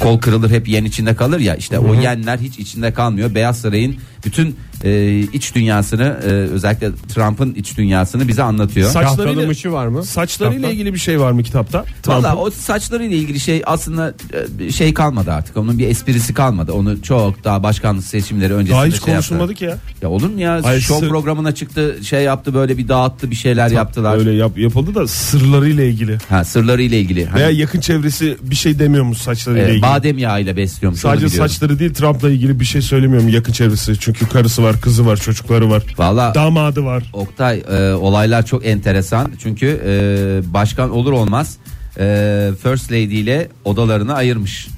kol kırılır hep yen içinde kalır ya işte o yenler hiç içinde kalmıyor Beyaz Saray'ın bütün e, iç dünyasını e, özellikle Trump'ın iç dünyasını bize anlatıyor. Saçlarıyla, Tanımışı var mı? saçlarıyla Kitapta. ilgili bir şey var mı kitapta? Valla Trump'ın. o saçlarıyla ilgili şey aslında e, şey kalmadı artık. Onun bir esprisi kalmadı. Onu çok daha başkanlık seçimleri öncesinde Daha hiç şey yaptılar. konuşulmadı ki ya. Ya olur mu ya? Hayır, Şov sır- programına çıktı, şey yaptı böyle bir dağıttı, bir şeyler yaptılar. Öyle yap, yapıldı da sırlarıyla ilgili. Ha sırları ile ilgili. Hani, Veya yakın çevresi bir şey demiyormuş saçlarıyla Ee, e, ilgili. badem yağı ile besliyormuş. onu Sadece biliyorum. saçları değil Trump'la ilgili bir şey söylemiyorum yakın çevresi. Çünkü karısı var, kızı var, çocukları var. Valla Damadı var. Oktay e, olaylar çok enteresan. Çünkü e, başkan olur olmaz e, First Lady ile odalarını ayırmış.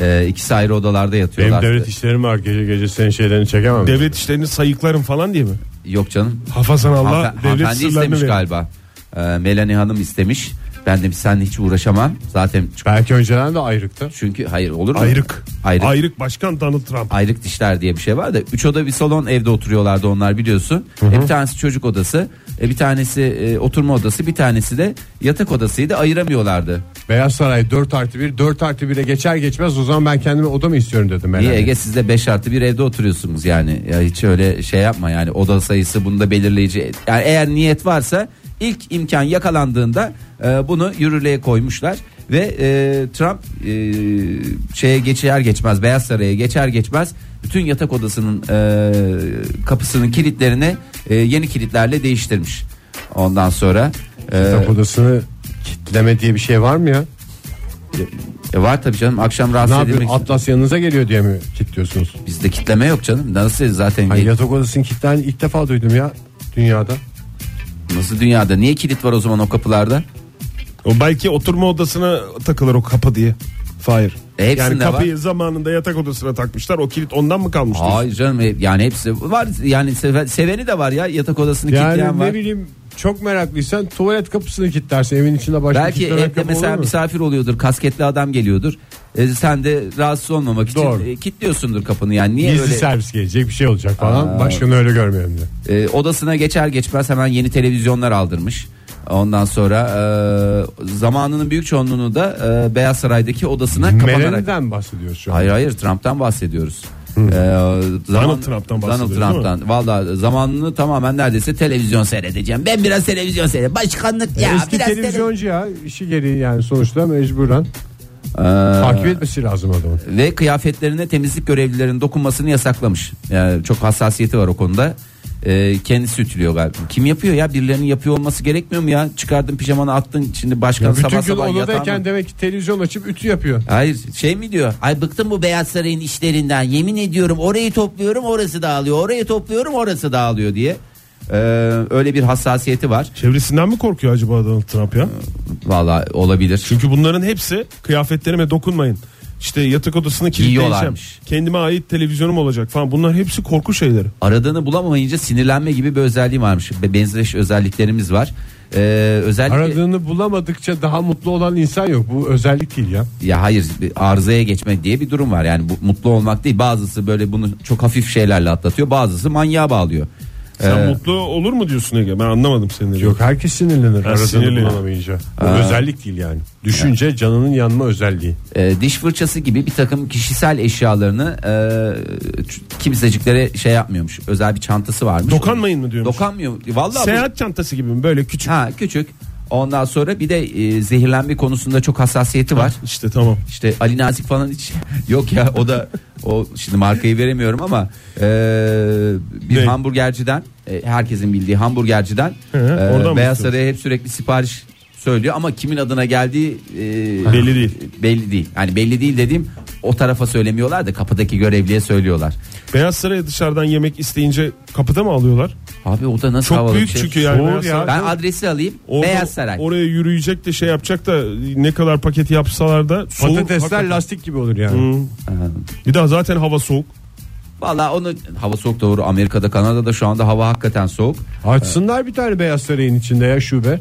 E, ikisi ayrı odalarda Benim yatıyorlar. devlet işlerim var gece gece senin şeylerini çekemem. Devlet işlerini sayıklarım falan diye mi? E, Yok canım. Hafazan Allah Hanımefendi devlet hanımefendi sırlarını istemiş verir. galiba. E, Melanie Hanım istemiş. Ben de sen hiç uğraşamam. Zaten Belki önceden de ayrıktı. çünkü hayır olur mu? Ayrık. Ayrık. Ayrık Başkan Donald Trump. ayrık dişler diye bir şey var da üç oda bir salon evde oturuyorlardı onlar biliyorsun. E, bir tanesi çocuk odası, e, bir tanesi e, oturma odası, bir tanesi de yatak odasıydı. Ayıramıyorlardı. Beyaz Saray 4 artı 1 4 artı 1'e geçer geçmez o zaman ben kendime oda mı istiyorum dedim Niye herhalde. Ege siz de 5 artı bir evde oturuyorsunuz yani. Ya hiç öyle şey yapma yani oda sayısı bunda belirleyici. Yani eğer niyet varsa ilk imkan yakalandığında e, bunu yürürlüğe koymuşlar ve e, Trump e, şeye geçer geçmez Beyaz Saray'a geçer geçmez bütün yatak odasının e, kapısının kilitlerini e, yeni kilitlerle değiştirmiş. Ondan sonra e, Kitap odasını kitleme diye bir şey var mı ya? e, var tabii canım akşam Ne rahatsız edilmek yapıyor? için. Atlas yanınıza geliyor diye mi kilitliyorsunuz? Bizde kitleme yok canım. Nasıl zaten Hani yatak odasının kilitlerini ilk defa duydum ya dünyada. Nasıl dünyada? Niye kilit var o zaman o kapılarda? O belki oturma odasına takılır o kapı diye. Hayır. E, hepsinde yani kapıyı zamanında yatak odasına takmışlar. O kilit ondan mı kalmış? Hayır canım e, yani hepsi var. Yani seve- seveni de var ya yatak odasını kilitleyen Yani var. ne bileyim çok meraklıysan tuvalet kapısını kilitlersin evin içinde başka Belki kilitlemek evde kapı mesela olur mu? misafir oluyordur. Kasketli adam geliyordur. E, sen de rahatsız olmamak için Doğru. e, kilitliyorsundur kapını yani. Niye Gizli öyle servis gelecek bir şey olacak falan. Başkanı öyle görmeyelim diye. E, odasına geçer geçmez hemen yeni televizyonlar aldırmış. Ondan sonra e, zamanının büyük çoğunluğunu da e, Beyaz Saray'daki odasına kapanarak Meren'den bahsediyoruz şu an. Hayır hayır Trump'tan bahsediyoruz. Ee, Donald Trump'tan bahsediyoruz, Donald Trump'tan. Valla zamanını tamamen neredeyse televizyon seyredeceğim. Ben biraz televizyon seyredeceğim. Başkanlık ya Eski biraz televizyon. televizyoncu ya işi gereği yani sonuçta mecburen takip etmesi lazım adamın. Ve kıyafetlerine temizlik görevlilerinin dokunmasını yasaklamış. Yani çok hassasiyeti var o konuda. Ee, kendisi ütülüyor galiba. Kim yapıyor ya? Birilerinin yapıyor olması gerekmiyor mu ya? Çıkardın pijamanı attın. Şimdi başkan Ya bütün sabah gün sabah yatağına... odadayken demek ki televizyon açıp ütü yapıyor. Hayır şey mi diyor? Ay bıktım bu Beyaz Saray'ın işlerinden. Yemin ediyorum orayı topluyorum orası dağılıyor. Orayı topluyorum orası dağılıyor diye. Ee, öyle bir hassasiyeti var. Çevresinden mi korkuyor acaba Donald Trump ya? Valla olabilir. Çünkü bunların hepsi kıyafetlerime dokunmayın. İşte yatak odasını kilitleyeceğim. Yiyorlarmış. Kendime ait televizyonum olacak falan. Bunlar hepsi korku şeyleri. Aradığını bulamayınca sinirlenme gibi bir özelliği varmış. Be- Benzeş özelliklerimiz var. Ee, özellikle Aradığını bulamadıkça daha mutlu olan insan yok. Bu özellik değil ya. ya hayır bir arızaya geçmek diye bir durum var. Yani bu mutlu olmak değil. Bazısı böyle bunu çok hafif şeylerle atlatıyor. Bazısı manyağa bağlıyor. Sen Ee, mutlu olur mu diyorsun Ege? Ben anlamadım seni. Yok herkes sinirlenir aradığını sinirleniyor. bulamayınca. Bu özellik değil yani. Düşünce canının yanma özelliği. e, diş fırçası gibi bir takım kişisel eşyalarını e, ç- kimseciklere şey yapmıyormuş. Özel bir çantası varmış. Dokanmayın mı diyormuş? Dokanmıyor. Vallahi bu- Seyahat çantası gibi mi? Böyle küçük. ha küçük. Ondan sonra bir de e, zehirlenme konusunda çok hassasiyeti var. İşte tamam. İşte Ali Nazik falan hiç yok ya o da o şimdi markayı veremiyorum ama e, bir Ne? hamburgerciden e, herkesin bildiği hamburgerciden He, oradan mı e, Beyaz istiyorsun? Saray'a hep sürekli sipariş söylüyor ama kimin adına geldiği e, Belli değil. Belli değil. Yani belli değil dediğim o tarafa söylemiyorlar da kapıdaki görevliye söylüyorlar. Beyaz Saray'a dışarıdan yemek isteyince kapıda mı alıyorlar? Abi o da nasıl Çok havalı bir büyük şey. çünkü yani. Soğur Beyaz ya. Saray. Ben adresi alayım. Orada- Beyaz Saray. Oraya yürüyecek de şey yapacak da ne kadar paket yapsalar da soğur. Patatesler Hakikaten. lastik gibi olur yani. Bir daha zaten hava soğuk. Vallahi onu hava soğuk doğru. Amerika'da, Kanada'da şu anda hava hakikaten soğuk. Açsınlar bir tane Beyaz Saray'ın içinde ya şube.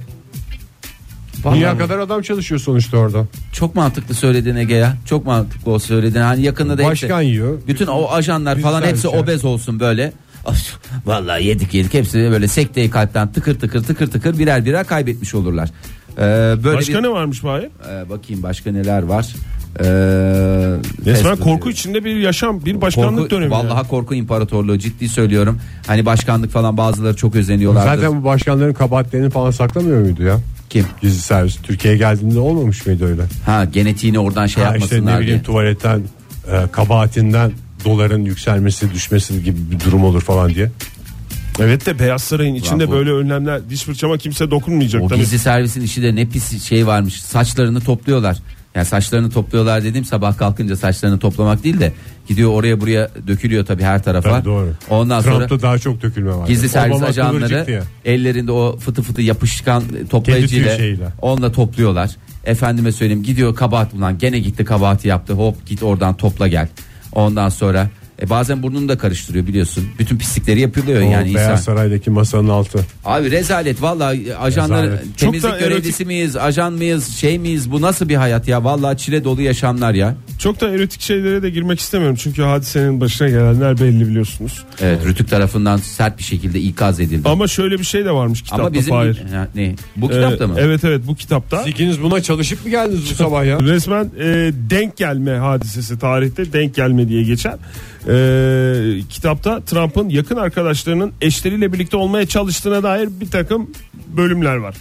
Dünya kadar adam çalışıyor sonuçta orada. Çok mantıklı söyledin Ege ya. Çok mantıklı o söylediğin. Hani yakında da hepsi- Başkan yiyor. şey. Bütün o ajanlar Biz falan servis hepsi ya. obez olsun böyle. Of, Vallahi yedik yedik hepsi böyle sekteyi kalpten tıkır tıkır tıkır tıkır birer birer kaybetmiş olurlar. Ee, böyle Başka bir, ne varmış bari? Ee, bakayım başka neler var. Ee, Resmen fast food korku içinde bir yaşam, bir başkanlık Korku, dönemi. vallahi yani. korku imparatorluğu ciddi söylüyorum. Hani başkanlık falan bazıları çok özeniyorlardı. Zaten bu başkanların kabahatlerini falan saklamıyor muydu ya? Kim? Gizli servis. Türkiye'ye geldiğinde olmamış mıydı öyle? Ha genetiğini oradan şey Ha, işte yapmasınlar ne bileyim diye. tuvaletten e, kabahatinden doların yükselmesi düşmesi gibi bir durum olur falan diye. Evet de Beyaz Saray'ın içinde bu- böyle önlemler, diş fırçama kimse dokunmayacak O tabii. gizli servisin işi de ne pis şey varmış. Saçlarını topluyorlar. Yani saçlarını topluyorlar dediğim sabah kalkınca saçlarını toplamak değil de gidiyor oraya buraya dökülüyor tabii her tarafa. Tabii doğru. Ondan sonra Trump'ta daha çok dökülme var. gizli servis Obama kıvırcıktı ajanları ya. ellerinde o fıtı fıtı yapışkan Kedi tüyü toplayıcıyla şeyle. onunla topluyorlar. Efendime söyleyeyim gidiyor kabahat bulan gene gitti kabahati yaptı hop git oradan topla gel. Ondan sonra E bazen burnunu da karıştırıyor biliyorsun. Bütün pislikleri yapılıyor O yani Beyaz insan. Saray'daki masanın altı. Abi rezalet vallahi ajanlar Rezalet. Çok temizlik da görevlisi erotik- miyiz, ajan mıyız, şey miyiz? Bu nasıl bir hayat ya? Vallahi çile dolu yaşamlar ya. Çok da erotik şeylere de girmek istemiyorum. Çünkü hadisenin başına gelenler belli biliyorsunuz. Evet, Rütük tarafından sert bir şekilde ikaz edildi. Ama, Ama şöyle bir şey de varmış kitapta bizim Fahir. Ha, ne? Bu Ee, kitapta mı? Evet evet bu kitapta. İkiniz buna çalışıp mı geldiniz bu sabah ya? Resmen e, denk gelme hadisesi tarihte denk gelme diye geçer. E, kitapta Trump'ın yakın arkadaşlarının eşleriyle birlikte olmaya çalıştığına dair bir takım bölümler var.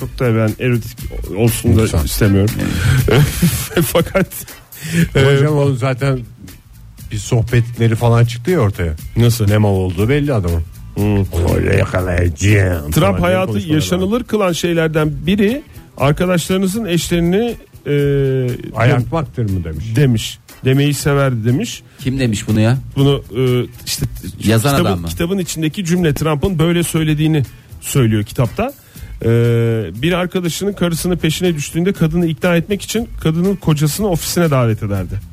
Çok da ben erotik olsun da Lütfen. istemiyorum. Fakat e, Hocam onun zaten bir sohbetleri falan çıktı ya ortaya. nasıl? Ne mal olduğu belli adamın. Öyle yakalayacağım. falan Trump diye hayatı konuşmaları var. yaşanılır kılan şeylerden biri arkadaşlarınızın eşlerini e, Ayartmaktır mı demiş. demiş. Demeyi severdi demiş. Kim demiş bunu ya? Bunu e, işte Yazan kitabın, adam mı? kitabın içindeki cümle Trump'ın böyle söylediğini söylüyor kitapta. E, bir arkadaşının karısını peşine düştüğünde kadını ikna etmek için kadının kocasını ofisine davet ederdi.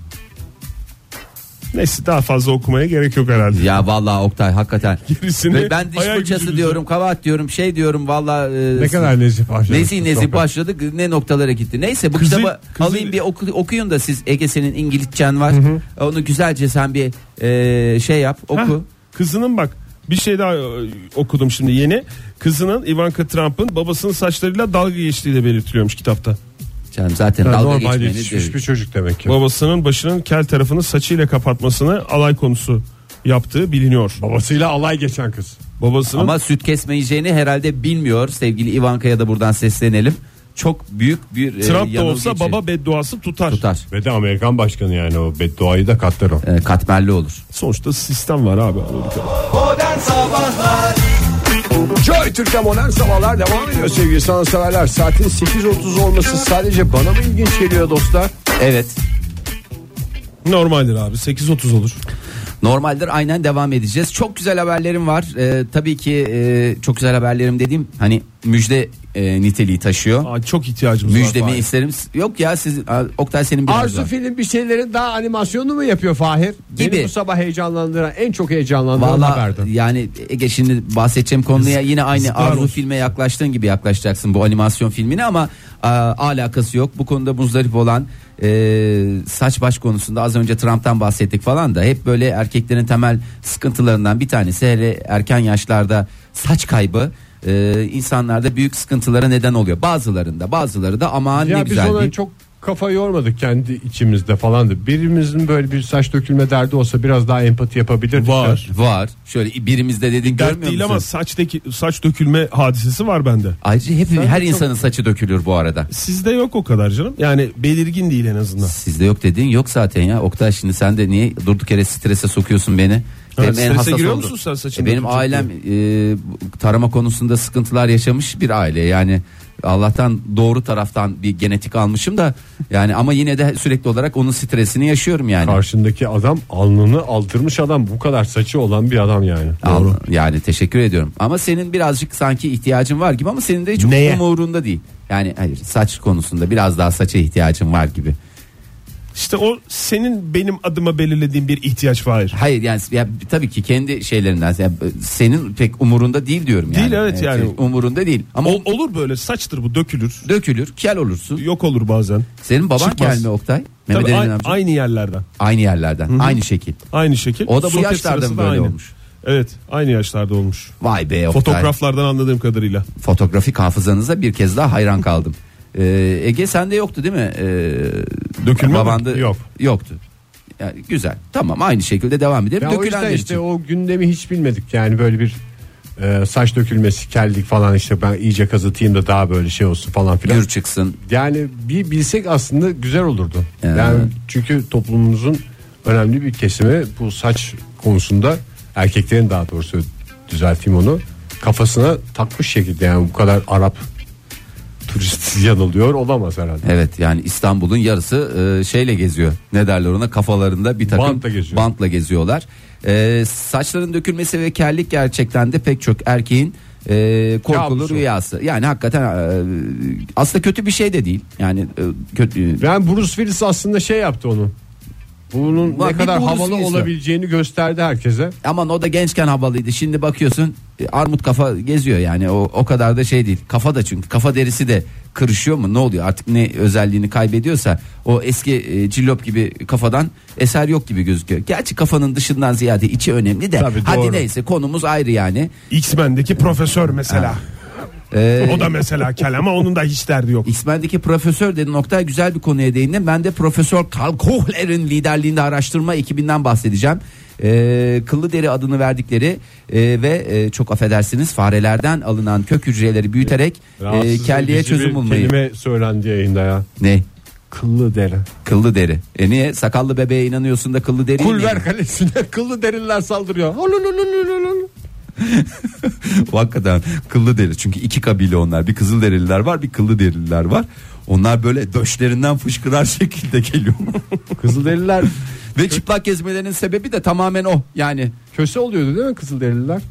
Neyse daha fazla okumaya gerek yok herhalde. Ya vallahi Oktay hakikaten. Gerisini Ve ben diş hayal fırçası gücünüzle- diyorum, kavat diyorum, şey diyorum vallahi e, Ne kadar nezih başladı. Nezih nezih başladık ne noktalara gitti. Neyse bu Kızı- kitabı kızı- alayım bir oku- okuyun da siz Ege senin İngilizcen var. Onu güzelce sen bir e, şey yap Hah, oku. Kızının bak bir şey daha e, okudum şimdi yeni. Kızının Ivanka Trump'ın babasının saçlarıyla dalga geçtiği de belirtiliyormuş kitapta. Canım zaten Yani dalga normal geçmeni şey yetişmiş de- bir çocuk demek ki. Babasının başının kel tarafını saçıyla kapatmasını alay konusu yaptığı biliniyor. Babasıyla alay geçen kız. Babasının Ama süt kesmeyeceğini herhalde bilmiyor. Sevgili Ivanka'ya da buradan seslenelim. Çok büyük bir e, Trump da yanılgı olsa için baba bedduası tutar. tutar. Ve de Amerikan başkanı yani o bedduayı da katlar o. E, katmerli olur. Sonuçta sistem var abi Amerika'da. Modern Sabahlar Joy Türk'te modern sabahlar devam ediyor sevgili sanatseverler. Saatin 8.30 olması sadece bana mı ilginç geliyor dostlar? Evet. Normaldir abi 8.30 olur. Normaldir aynen devam edeceğiz. Çok güzel haberlerim var. E, tabii ki e, çok güzel haberlerim dediğim hani müjde e, niteliği taşıyor. Aa, çok ihtiyacımız var. Müjdemi Fahir. isterim. Yok ya siz Aa, Oktay senin bir Arzu film bir şeylerin daha animasyonu mu yapıyor Fahir? Gibi. Beni bu sabah heyecanlandıran en çok heyecanlandıran Valla haberdi. yani Ege şimdi bahsedeceğim konuya yine aynı yazıklar Arzu olsun. filme yaklaştığın gibi yaklaşacaksın bu animasyon filmine ama aa, alakası yok. Bu konuda muzdarip olan e, saç baş konusunda az önce Trump'tan bahsettik falan da hep böyle erkeklerin temel sıkıntılarından bir tanesi hele erken yaşlarda saç kaybı e, insanlarda büyük sıkıntılara neden oluyor. Bazılarında bazıları da aman ne Ya biz güzel ona deyip- çok kafa yormadık kendi içimizde falandı. Birimizin böyle bir saç dökülme derdi olsa biraz daha empati yapabilirdik. Var. var. Şöyle birimizde dedin Dert görmüyor değil musun? ama saçtaki saç dökülme hadisesi var bende. Ayrıca hep her insanın saçı dökülür bu arada. Sizde yok o kadar canım. Yani belirgin değil en azından. Sizde yok dediğin yok zaten ya. Oktay şimdi sen de niye durduk yere strese sokuyorsun beni? Benim en strese hassas giriyor olduğum- E, musun sen saçını Benim dökecek ailem e, bu tarama konusunda sıkıntılar yaşamış bir aile. Yani Allah'tan doğru taraftan bir genetik almışım da yani ama yine de sürekli olarak onun stresini yaşıyorum yani. Karşındaki adam alnını aldırmış adam bu kadar saçı olan bir adam yani. Al- yani teşekkür ediyorum. Ama senin birazcık sanki ihtiyacın var gibi ama senin de çok Neye? umurunda değil. Yani hayır saç konusunda biraz daha saça ihtiyacın var gibi. İşte o senin benim adıma belirlediğin bir ihtiyaç var. Hayır yani ya, tabii ki kendi şeylerinden ya, senin pek umurunda değil diyorum yani. Ee, Değil, evet, yani. Umurunda değil ama O, olur böyle saçtır bu dökülür. dökülür kel olursun. Yok olur bazen. Senin baban Çıkmaz. kel mi Oktay? Tabii Mehmet Ali'nin a- amca. aynı yerlerden. Aynı yerlerden aynı şekil. Aynı şekil. O da bu Sohbet yaşlarda sırası mı da böyle aynı. olmuş? Evet aynı yaşlarda olmuş. Vay be Oktay. Fotoğraflardan anladığım kadarıyla. Fotoğrafik hafızanıza bir kez daha hayran kaldım. Ee, Ege sende yoktu değil mi? Ee, Dökülme mi? babanda Yok. Yoktu. Yani güzel. Tamam aynı şekilde devam edelim. Ya o Dökülenler yüzden işte için. o gündemi hiç bilmedik yani böyle bir e, saç dökülmesi kellik falan işte ben iyice kazıtayım da daha böyle şey olsun falan filan. Gür çıksın. Yani bir bilsek aslında güzel olurdu. Ee. Yani çünkü toplumumuzun önemli bir kesimi bu saç konusunda erkeklerin daha doğrusu düzelteyim onu kafasına takmış şekilde yani bu kadar Arap turist yanılıyor olamaz herhalde. Evet yani İstanbul'un yarısı e, şeyle geziyor. Ne derler ona kafalarında bir takım Bantla geziyor. bantla geziyorlar. E, saçların dökülmesi ve kellik gerçekten de pek çok erkeğin e, korkulu Yavrusu. rüyası. Yani hakikaten e, aslında kötü bir şey de değil. Yani e, kötü Yani Bruce Willis aslında şey yaptı onu. Bunun Bak, ne bir kadar doğrusu havalı istiyor. olabileceğini gösterdi herkese. Aman o da gençken havalıydı. Şimdi bakıyorsun e, armut kafa geziyor yani o o kadar da şey değil. Kafa da çünkü kafa derisi de kırışıyor mu ne oluyor artık ne özelliğini kaybediyorsa o eski e, cillop gibi kafadan eser yok gibi gözüküyor. Gerçi kafanın dışından ziyade içi önemli de Tabii, doğru. hadi neyse konumuz ayrı yani. X-Men'deki profesör mesela. Ee, o da mesela kel ama onun da hiç derdi yok. İsmail'deki profesör dedi nokta güzel bir konuya değindin. Ben de Profesör Karl Kohler'in liderliğinde araştırma ekibinden bahsedeceğim. Ee, kıllı deri adını verdikleri e, ve e, çok affedersiniz farelerden alınan kök hücreleri büyüterek e, Rahatsız kelleye edici bir çözüm bulmayı. Kelime söylendi yayında ya. Ne? Kıllı deri. Kıllı deri. E niye? Sakallı bebeğe inanıyorsun da kıllı deri Kulver Kalesi'ne kıllı deriler saldırıyor. Hulululululul. Hakikaten kıllı deri. Çünkü iki kabile onlar. Bir kızıl derililer var bir kıllı derililer var. Onlar böyle döşlerinden fışkırar şekilde geliyor. Kızılderililer ve çıplak gezmelerinin sebebi de tamamen o. Yani köse oluyordu değil mi Kızılderililer?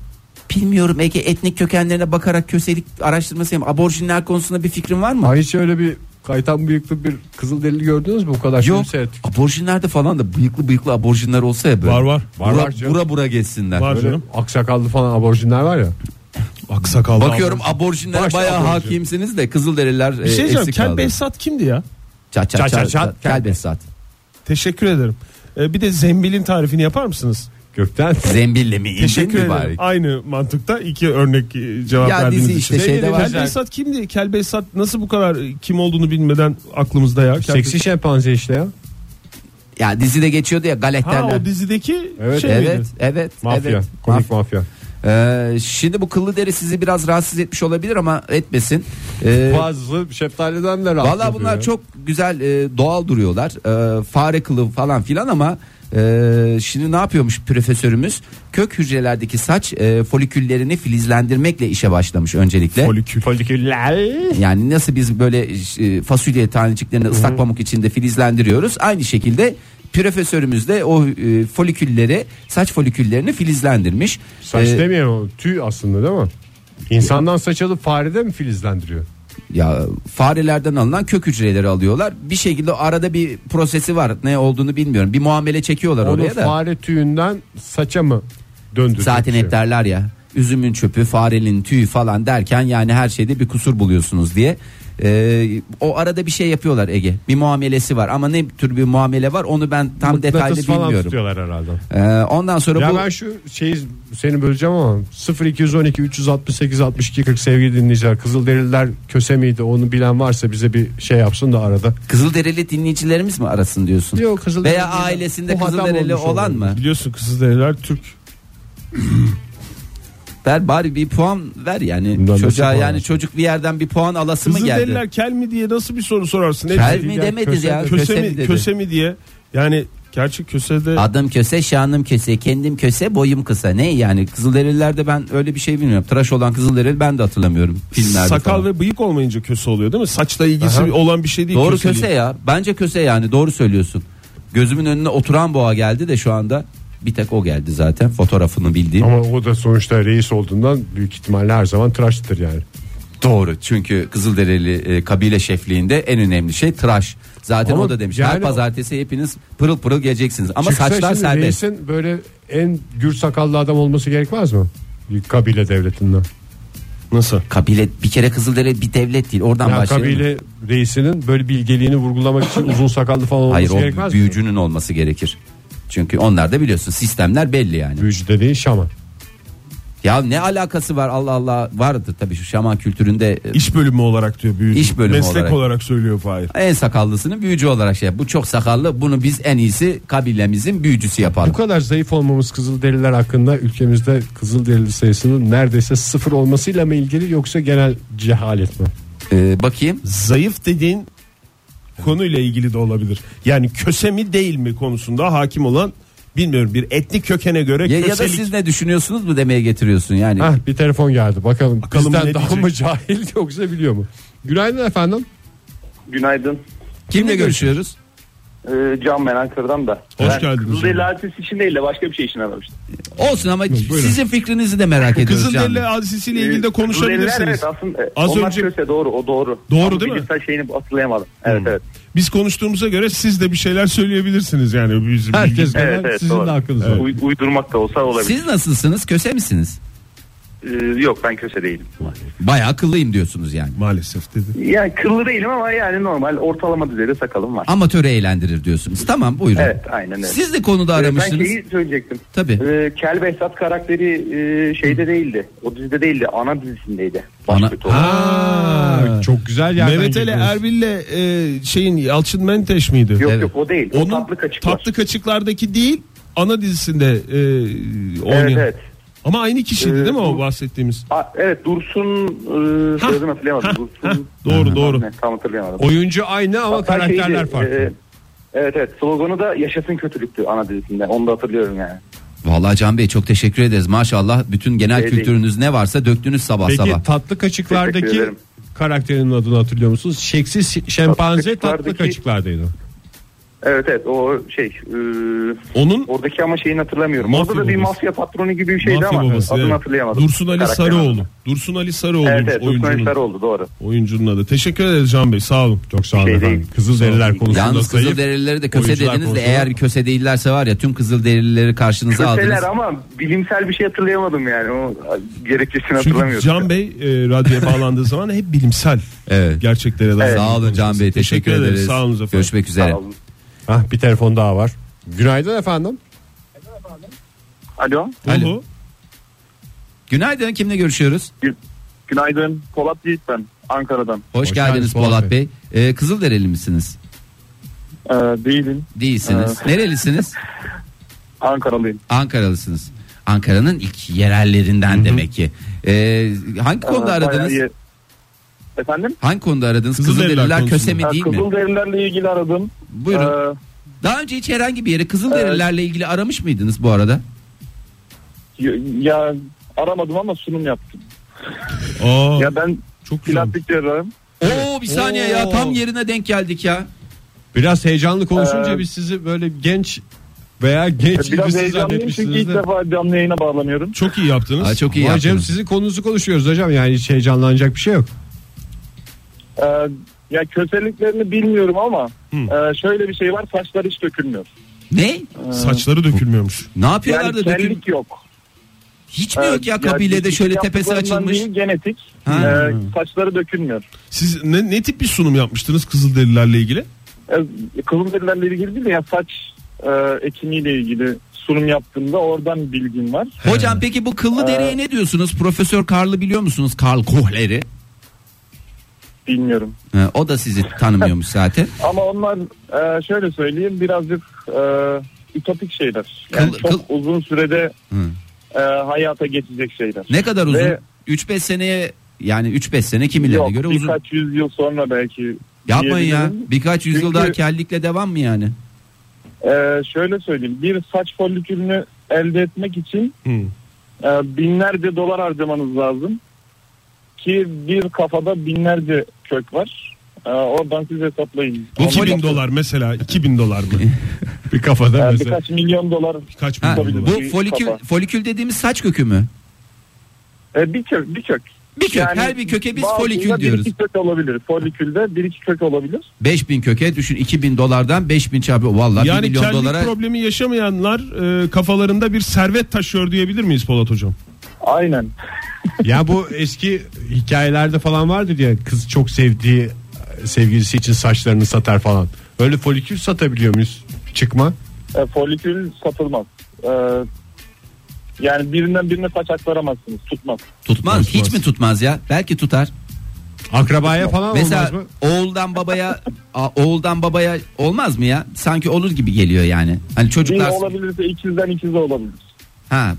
Bilmiyorum Ege etnik kökenlerine bakarak köselik araştırması yapayım. Aborjinler konusunda bir fikrin var mı? Ha hiç öyle bir kaytan bıyıklı bir Kızılderili gördünüz mü bu kadar? film Yok. seyrettik. Aborjinlerde falan da bıyıklı bıyıklı aborjinler olsa ya böyle. Var, var. Bura Var, var bura, canım. bura geçsinler. Var. Böyle Canım. aksakallı falan aborjinler var ya. Aksakallı. Bakıyorum aborjinlere Baş bayağı aborjin. hakimsiniz de Kızılderililer Bir şey e, diyeceğim. eksik Kel kaldı. Behzat kimdi ya? Çat çat Çat çat çat çat. Kel Behzat. Teşekkür ederim. Ee, bir de zembilin tarifini yapar mısınız? Gökten Zembille mi indin Teşekkür mi ederim. bari? Aynı mantıkta iki örnek e, cevap Ya verdiğiniz dizi için. işte şeyde var. Kel Behzat kimdi? Kel Behzat nasıl bu kadar e, kim olduğunu bilmeden aklımızda ya? Kel seksi şempanze işte ya. Ya dizide geçiyordu ya galet Ha derler. o dizideki Evet, şey miydi? Evet, evet, Mafya. evet. Komik mafya. Ee, şimdi bu kıllı deri sizi biraz rahatsız etmiş olabilir ama etmesin. Ee, Bazı şeftaliden de rahatsız Valla bunlar oluyor. çok güzel e, doğal duruyorlar. E, fare kılı falan filan ama e, şimdi ne yapıyormuş profesörümüz? Kök hücrelerdeki saç e, foliküllerini filizlendirmekle işe başlamış öncelikle. Folikül. yani nasıl biz böyle e, fasulye taneciklerini ıslak pamuk içinde filizlendiriyoruz. Aynı şekilde profesörümüz de o e, folikülleri saç foliküllerini filizlendirmiş. Saç E, demeyelim o tüy aslında değil mi? İnsandan saç alıp farede mi filizlendiriyor? ya farelerden alınan kök hücreleri alıyorlar. Bir şekilde arada bir prosesi var. Ne olduğunu bilmiyorum. Bir muamele çekiyorlar Onu oraya da. fare tüyünden saça mı şey? döndürüyor? Zaten hep derler ya üzümün çöpü farenin tüyü falan derken yani her şeyde bir kusur buluyorsunuz diye. Ee, o arada bir şey yapıyorlar Ege. Bir muamelesi var ama ne tür bir muamele var onu ben tam detaylı Mıknatıs falan bilmiyorum. tutuyorlar herhalde. Ee, ondan sonra Ya bu ben şu şeyi seni böleceğim ama 0212 368 62 40 sevgili dinleyiciler Kızılderililer köse miydi onu bilen varsa bize bir şey yapsın da arada. Kızılderili dinleyicilerimiz mi arasın diyorsun? Yok, Kızılderili Veya değil. ailesinde Bu adam Kızılderili olmuş olan olabilir. mı? şey, Biliyorsun Kızılderililer Türk. Ver bari bir puan ver yani Bundan nasıl çocuğa puan yani alsın? çocuk bir yerden bir puan alası mı geldi? Kızılderililer kel mi diye nasıl bir soru sorarsın? Hepsi Kel değil mi ya. demedi köse, ya Köse, köse mi mi, dedi. köse mi diye. Yani gerçi kösede Adım köse, şanım köse, kendim köse, boyum kısa. Ne yani Kızılderililerde ben öyle bir şey bilmiyorum. Tıraş olan Kızılderili ben de hatırlamıyorum filmlerde. sakal falan. ve bıyık olmayınca köse oluyor değil mi? Saçla ilgisi Aha. olan bir şey değil. Doğru köse, köseliği. ya. Bence köse yani doğru söylüyorsun. Gözümün önüne oturan boğa geldi de şu anda bir tek o geldi zaten fotoğrafını bildiğim. Ama o da sonuçta reis olduğundan büyük ihtimalle her zaman tıraştır yani. Doğru çünkü Kızılderili e, kabile şefliğinde en önemli şey tıraş. Zaten Ama o da demiş her yani- pazartesi hepiniz pırıl pırıl geleceksiniz ama Çıksa saçlar şimdi serbest. Reisin böyle en gür sakallı adam olması gerekmez mi? Bir kabile devletinden. Nasıl? Kabile bir kere Kızılderili bir devlet değil oradan Yani başlayalım. kabile reisinin böyle bilgeliğini vurgulamak için uzun sakallı falan olması Hayır o gerekmez mi? büyücünün olması gerekir. Çünkü onlar da biliyorsun sistemler belli yani. Büyücü dediğin şaman. Ya ne alakası var Allah Allah vardır tabii şu şaman kültüründe e, İş bölümü olarak diyor büyüdü. İş bölümü Meslek olarak. olarak, söylüyor Fahir. en sakallısını büyücü olarak şey yap. Bu çok sakallı bunu biz en iyisi kabilemizin büyücüsü Bu yapalım. kadar zayıf olmamız Kızılderililer hakkında ülkemizde Kızılderili sayısının neredeyse sıfır olmasıyla mı ilgili yoksa genel cehalet mi? Ee, bakayım Zayıf dediğin konuyla ilgili de olabilir. Yani köse mi değil mi konusunda hakim olan bilmiyorum bir etnik kökene göre ya, ya da köselik. siz ne düşünüyorsunuz mu demeye getiriyorsun yani. Ah, Hah bir telefon geldi bakalım, Bakalım bizden ne daha diyecek? mı cahil yoksa biliyor mu? Günaydın efendim. Günaydın. Kimle görüşüyoruz? Ee, Can ben Ankara'dan da. Hoş Ben geldiniz. Kızılderili artist için değil de başka bir şey için aramıştım. Olsun ama sizin fikrinizi de merak ediyoruz. Kızılderili canım. hadisesiyle ilgili de Ee, Kızılderililer, konuşabilirsiniz. Evet aslında. e, Az onlar önce- köse doğru o doğru. Doğru Ama değil mi? Hmm. Bilgisayar şeyini hatırlayamadım. Evet evet. Biz konuştuğumuza göre siz de bir şeyler söyleyebilirsiniz yani. Bizim Herkes bilgi- kadar Evet, evet, sizin doğru. de hakkınız var. Uy- uydurmak da olsa olabilir. Siz nasılsınız? Köse misiniz? Ee, yok ben köse değilim. Bayağı akıllıyım diyorsunuz yani. maalesef dedi. Yani kıllı değilim ama yani normal ortalama düzeyde sakalım var. Amatörü eğlendirir diyorsunuz. Tamam buyurun. Evet, aynen öyle. Siz de konuda Ee, Ben aramıştınız. şeyi söyleyecektim. Tabii. Ee, Kel Behzat karakteri e, şeyde değildi. O dizide değildi. Ana dizisindeydi. Baş Ana- kötü olan. Aa, çok güzel yerden Mehmet Ali girdiniz. Erbil'le e, şeyin Yalçın Menteş miydi? Yok Evet. yok o değil. Onun o tatlı kaçıklar. Tatlı Kaçıklardaki değil ana dizisinde e, oynayan. Evet, evet. Ama aynı kişiydi Ee, değil mi o bu- bahsettiğimiz? Aa, evet Dursun e, Hah, soyadını hatırlayamadım. hah, hah. Dursun. Doğru, doğru. Ne, tam hatırlayamadım. Oyuncu aynı ama Hatta karakterler şeydi, farklı. e, evet evet sloganı da yaşasın kötülüktü ana dizisinde. Onu da hatırlıyorum yani. Vallahi Can Bey çok teşekkür ederiz. Maşallah bütün genel Şey kültürünüz ne varsa döktünüz sabah Peki sabah. tatlı Teşekkür kaçıklardaki ederim. karakterinin adını hatırlıyor musunuz? Şeksiz şempanze tatlı Kaçıklardaki- kaçıklardaydı. şey- Evet evet o şey e, Onun oradaki ama şeyini hatırlamıyorum. Mafya Orada da bir babası. mafya patronu gibi bir şeydi mafya ama babası. adını evet. hatırlayamadım. Dursun Ali Karakterin adını. Sarıoğlu. Dursun Ali Sarıoğlu Evet evet Dursun Ali oyuncunun, Sarıoğlu doğru. oyuncunun adı. Teşekkür ederiz Can Bey sağ olun. Çok sağ olun Şey efendim. değil. Kızılderililer konusunda Yalnız zayıf. Kızılderilileri de köse oyuncular dediniz de konusunda- eğer köse değillerse var ya tüm Kızılderilileri karşınıza aldınız. Köseler ama bilimsel bir şey hatırlayamadım yani. O gerekçesini Çünkü hatırlamıyorum. Can Bey e, radyoya bağlandığı zaman hep bilimsel Evet. gerçeklere dair. Sağ olun Can Bey teşekkür, ederiz. ederiz. Sağ olun efendim. Görüşmek üzere. Sağ olun. Hah, bir telefon daha var. Günaydın efendim. Alo. Alo. Alo. Günaydın kimle görüşüyoruz? Gün- Günaydın. Polat Yiğit ben. Ankara'dan. Hoş, Hoş geldiniz geldiniz Polat Polat Bey. Ee, Kızılderili misiniz? Ee, değilim. Değilsiniz. Nerelisiniz? Ankaralıyım. Ankaralısınız. Ankara'nın ilk yerellerinden demek ki. Ee, hangi konuda Ee, bayağı aradınız? iyi. Efendim? Hangi konuda aradınız? Kızılderililer Kızılderililer konusunda. köse mi Ha, değil mi? Kızılderililerle ilgili aradım. Buyurun. Ee, Daha önce hiç herhangi bir yere Kızılderililerle ilgili aramış mıydınız bu arada? y- ya aramadım ama sunum yaptım. Aa, Ya ben çok güzel. plastik cerrahım. Oo bir saniye ya tam yerine denk geldik ya. Biraz heyecanlı konuşunca Ee, biz sizi böyle genç veya genç Biraz birisi heyecanlıyım çünkü zannetmişsiniz ilk de. defa canlı yayına bağlanıyorum. Çok iyi yaptınız. Aa, çok iyi Vay canım yaptınız. sizin konunuzu konuşuyoruz hocam yani hiç heyecanlanacak bir şey yok. Ee, ya köseliklerini bilmiyorum ama e, şöyle bir şey var saçlar hiç dökülmüyor. Ne? Saçları dökülmüyormuş. Ne yapıyorlar Yani da dökül? kellik yok. Hiç mi yok ya kabilede yani şöyle tepesi yaptıklarından açılmış? Değil, genetik. Ha. Ee, saçları dökülmüyor. Siz ne, ne tip bir sunum yapmıştınız Kızılderililerle ilgili? Ee, Kızılderililerle ilgili değil de ya saç e, ekimiyle ilgili sunum yaptığımda oradan bilgim var. Hocam peki bu ee. kıllı deriye ne diyorsunuz? Profesör Karl'ı biliyor musunuz? Karl Kohler'i. Bilmiyorum. Ha, O da sizi tanımıyormuş zaten. Ama onlar e, şöyle söyleyeyim birazcık e, ütopik şeyler. Yani Kıl- çok kıl- uzun sürede Hı. e, hayata geçecek şeyler. Ne kadar uzun? Ve- 3-5 seneye yani 3-5 sene kimilerine Yok göre uzun. birkaç yüzyıl sonra belki. Yapmayın ya. diyebilirim. Birkaç yüzyıl Çünkü- daha kellikle devam mı yani? E, şöyle söyleyeyim bir saç folikülünü elde etmek için e, binlerce dolar harcamanız lazım. Ki bir kafada binlerce kök var. E, oradan siz hesaplayın. Bu Ama 2000 yok, dolar mesela 2000 dolar mı? Bir kafada e, mesela. birkaç milyon dolar. Kaç bin Ha, dolar? Tabii. Şey, bu Bir folikül, kafa. folikül dediğimiz saç kökü mü? E, bir kök, bir kök. Bir kök. Her bir köke biz bazında folikül diyoruz. Bir iki kök olabilir. Folikülde bir iki kök olabilir. 5000 köke düşün 2000 dolardan 5000 çarpı vallahi Yani 1 milyon kellik dolara problemi yaşamayanlar e, kafalarında bir servet taşıyor diyebilir miyiz Polat hocam? Aynen. ya bu eski hikayelerde falan vardır ya kız çok sevdiği e, sevgilisi için saçlarını satar falan. Öyle folikül satabiliyor muyuz? Çıkma. E, folikül satılmaz. E, yani birinden birine saç aktaramazsınız. Tutmaz. tutmaz. Hiç mi tutmaz ya? Belki tutar. Akrabaya falan olmaz Mesela mı? oğuldan babaya a- oğuldan babaya olmaz mı ya? Sanki olur gibi geliyor yani. Hani Bir çocuklar olabilirse ikizden ikize olabilir. ha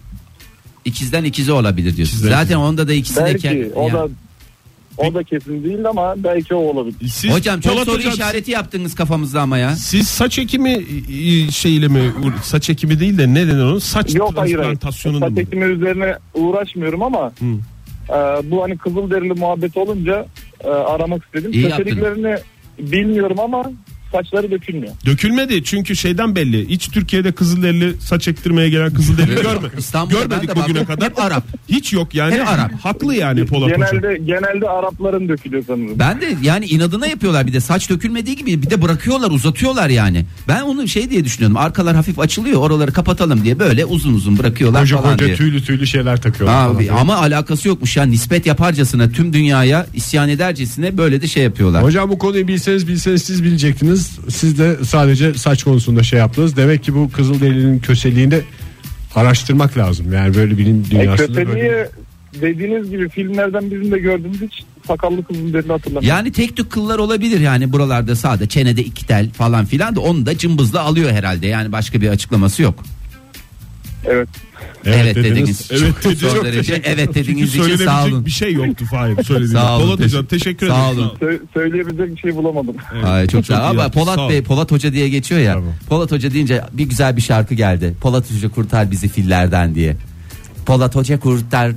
ikizden ikize olabilir diyorsun. İkizden Zaten ikize. onda da ikisi de Belki kel- o ya. da o da kesin değil ama belki o olabilir. Siz, Hocam çok Polat soru hocam, işareti yaptınız kafamızda ama ya. Siz saç ekimi e, şeyle mi uğra- saç ekimi değil de ne denir onun saç Yok hayır hayır. transplantasyonunu Saç mu? ekimi üzerine uğraşmıyorum ama e, bu hani kızılderili muhabbet olunca e, aramak istedim. İyi Köşeliklerini bilmiyorum ama saçları dökülmüyor. Dökülmedi çünkü şeyden belli. Hiç Türkiye'de Kızılderili saç ektirmeye gelen Kızılderili görme. İstanbul'da ben Görmedik de bugüne baktım. kadar. Hep Arap. Hiç yok yani. Hep Arap. Haklı yani Polat Hoca. genelde genelde Arapların dökülüyor sanırım. Ben de yani inadına yapıyorlar bir de saç dökülmediği gibi bir de bırakıyorlar uzatıyorlar yani. Ben onu şey diye düşünüyordum arkalar hafif açılıyor oraları kapatalım diye böyle uzun uzun bırakıyorlar Koca falan koca diye. tüylü tüylü şeyler takıyorlar. falan Abi, diye. ama alakası yokmuş ya nispet yaparcasına tüm dünyaya isyan edercesine böyle de şey yapıyorlar. Hocam bu konuyu bilseniz bilseniz siz bilecektiniz. Siz de sadece saç konusunda şey yaptınız. Demek ki bu Kızılderili'nin köseliğinde araştırmak lazım. Yani böyle bilim E, dünyasında böyle. köteliği dediğiniz gibi filmlerden bizim de gördüğümüz hiç sakallı Kızılderili hatırlamıyorum. Yani tek tük kıllar olabilir yani buralarda sade çenede iki tel falan filan da onu da cımbızla alıyor herhalde yani başka bir açıklaması yok. Evet. Evet, dediniz. dediniz. Evet Çok dediniz. son Çok derece teşekkür- evet dediğiniz Çünkü için sağ söylenebilecek şey olun. bir şey yoktu Fahir söylediğiniz. Sağ olun, Polat Hocam teşekkür- teşekkür ederim. Sağ olun. Sö- söyleyebilecek bir şey bulamadım. Ay, çok güzel. iyi Ama yaptın, sağ ol. Polat Bey Polat Hoca diye geçiyor ya. Bravo. Polat Hoca deyince bir güzel bir şarkı geldi. Polat Hoca kurtar bizi fillerden diye. Polat Hoca kurtar